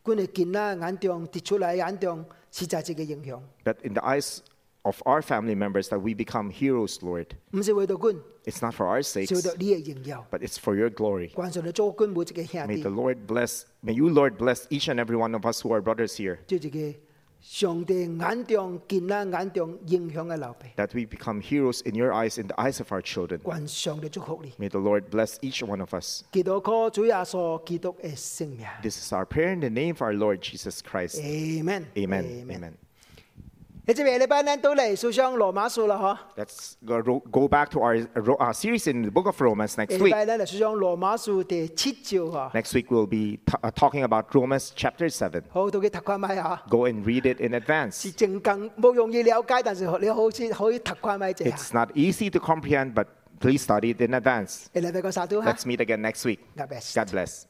Speaker 1: 官嘅見啦眼中跌出嚟眼中，是在自己影響，
Speaker 2: But in the eyes of our family members, that we become heroes, Lord.
Speaker 1: 唔是為到官，
Speaker 2: It's not for our
Speaker 1: 是
Speaker 2: sakes,
Speaker 1: 為到你嘅榮耀。
Speaker 2: but it's for your glory.
Speaker 1: 關上你做官冇自己兄
Speaker 2: May
Speaker 1: 弟
Speaker 2: the。Lord bless, may you, Lord, bless each and every one of us who are brothers here,
Speaker 1: 即係自己上帝眼中見啦，眼中影響嘅流弊，
Speaker 2: that we become heroes in your eyes, in the eyes of our children.
Speaker 1: 關上帝祝福你。
Speaker 2: May the Lord bless each one of us.
Speaker 1: 祈禱靠主耶穌基督嘅聖名。
Speaker 2: This is our prayer in the name of our Lord Jesus Christ.
Speaker 1: Amen。
Speaker 2: Amen. Amen.
Speaker 1: 你知唔知禮拜呢都嚟數上羅馬數啦？嗬，
Speaker 2: Let's go go back to our uh, series in the book of Romans next
Speaker 1: 禮
Speaker 2: week.
Speaker 1: 拜呢嚟數上羅馬數第七章嗬。
Speaker 2: Next week, we'll be t- uh, talking about Romans chapter 7.
Speaker 1: 好，到佢讀翻咪嚇，
Speaker 2: Go and read it in
Speaker 1: 是
Speaker 2: advance.
Speaker 1: 正更冇容易了解，但是你好似可以讀翻咪啊啫。
Speaker 2: It's not easy to comprehend, but please study it in advance.
Speaker 1: 你禮拜個啥都嚇
Speaker 2: Let's meet again next week.
Speaker 1: ，God bless。
Speaker 2: God bless.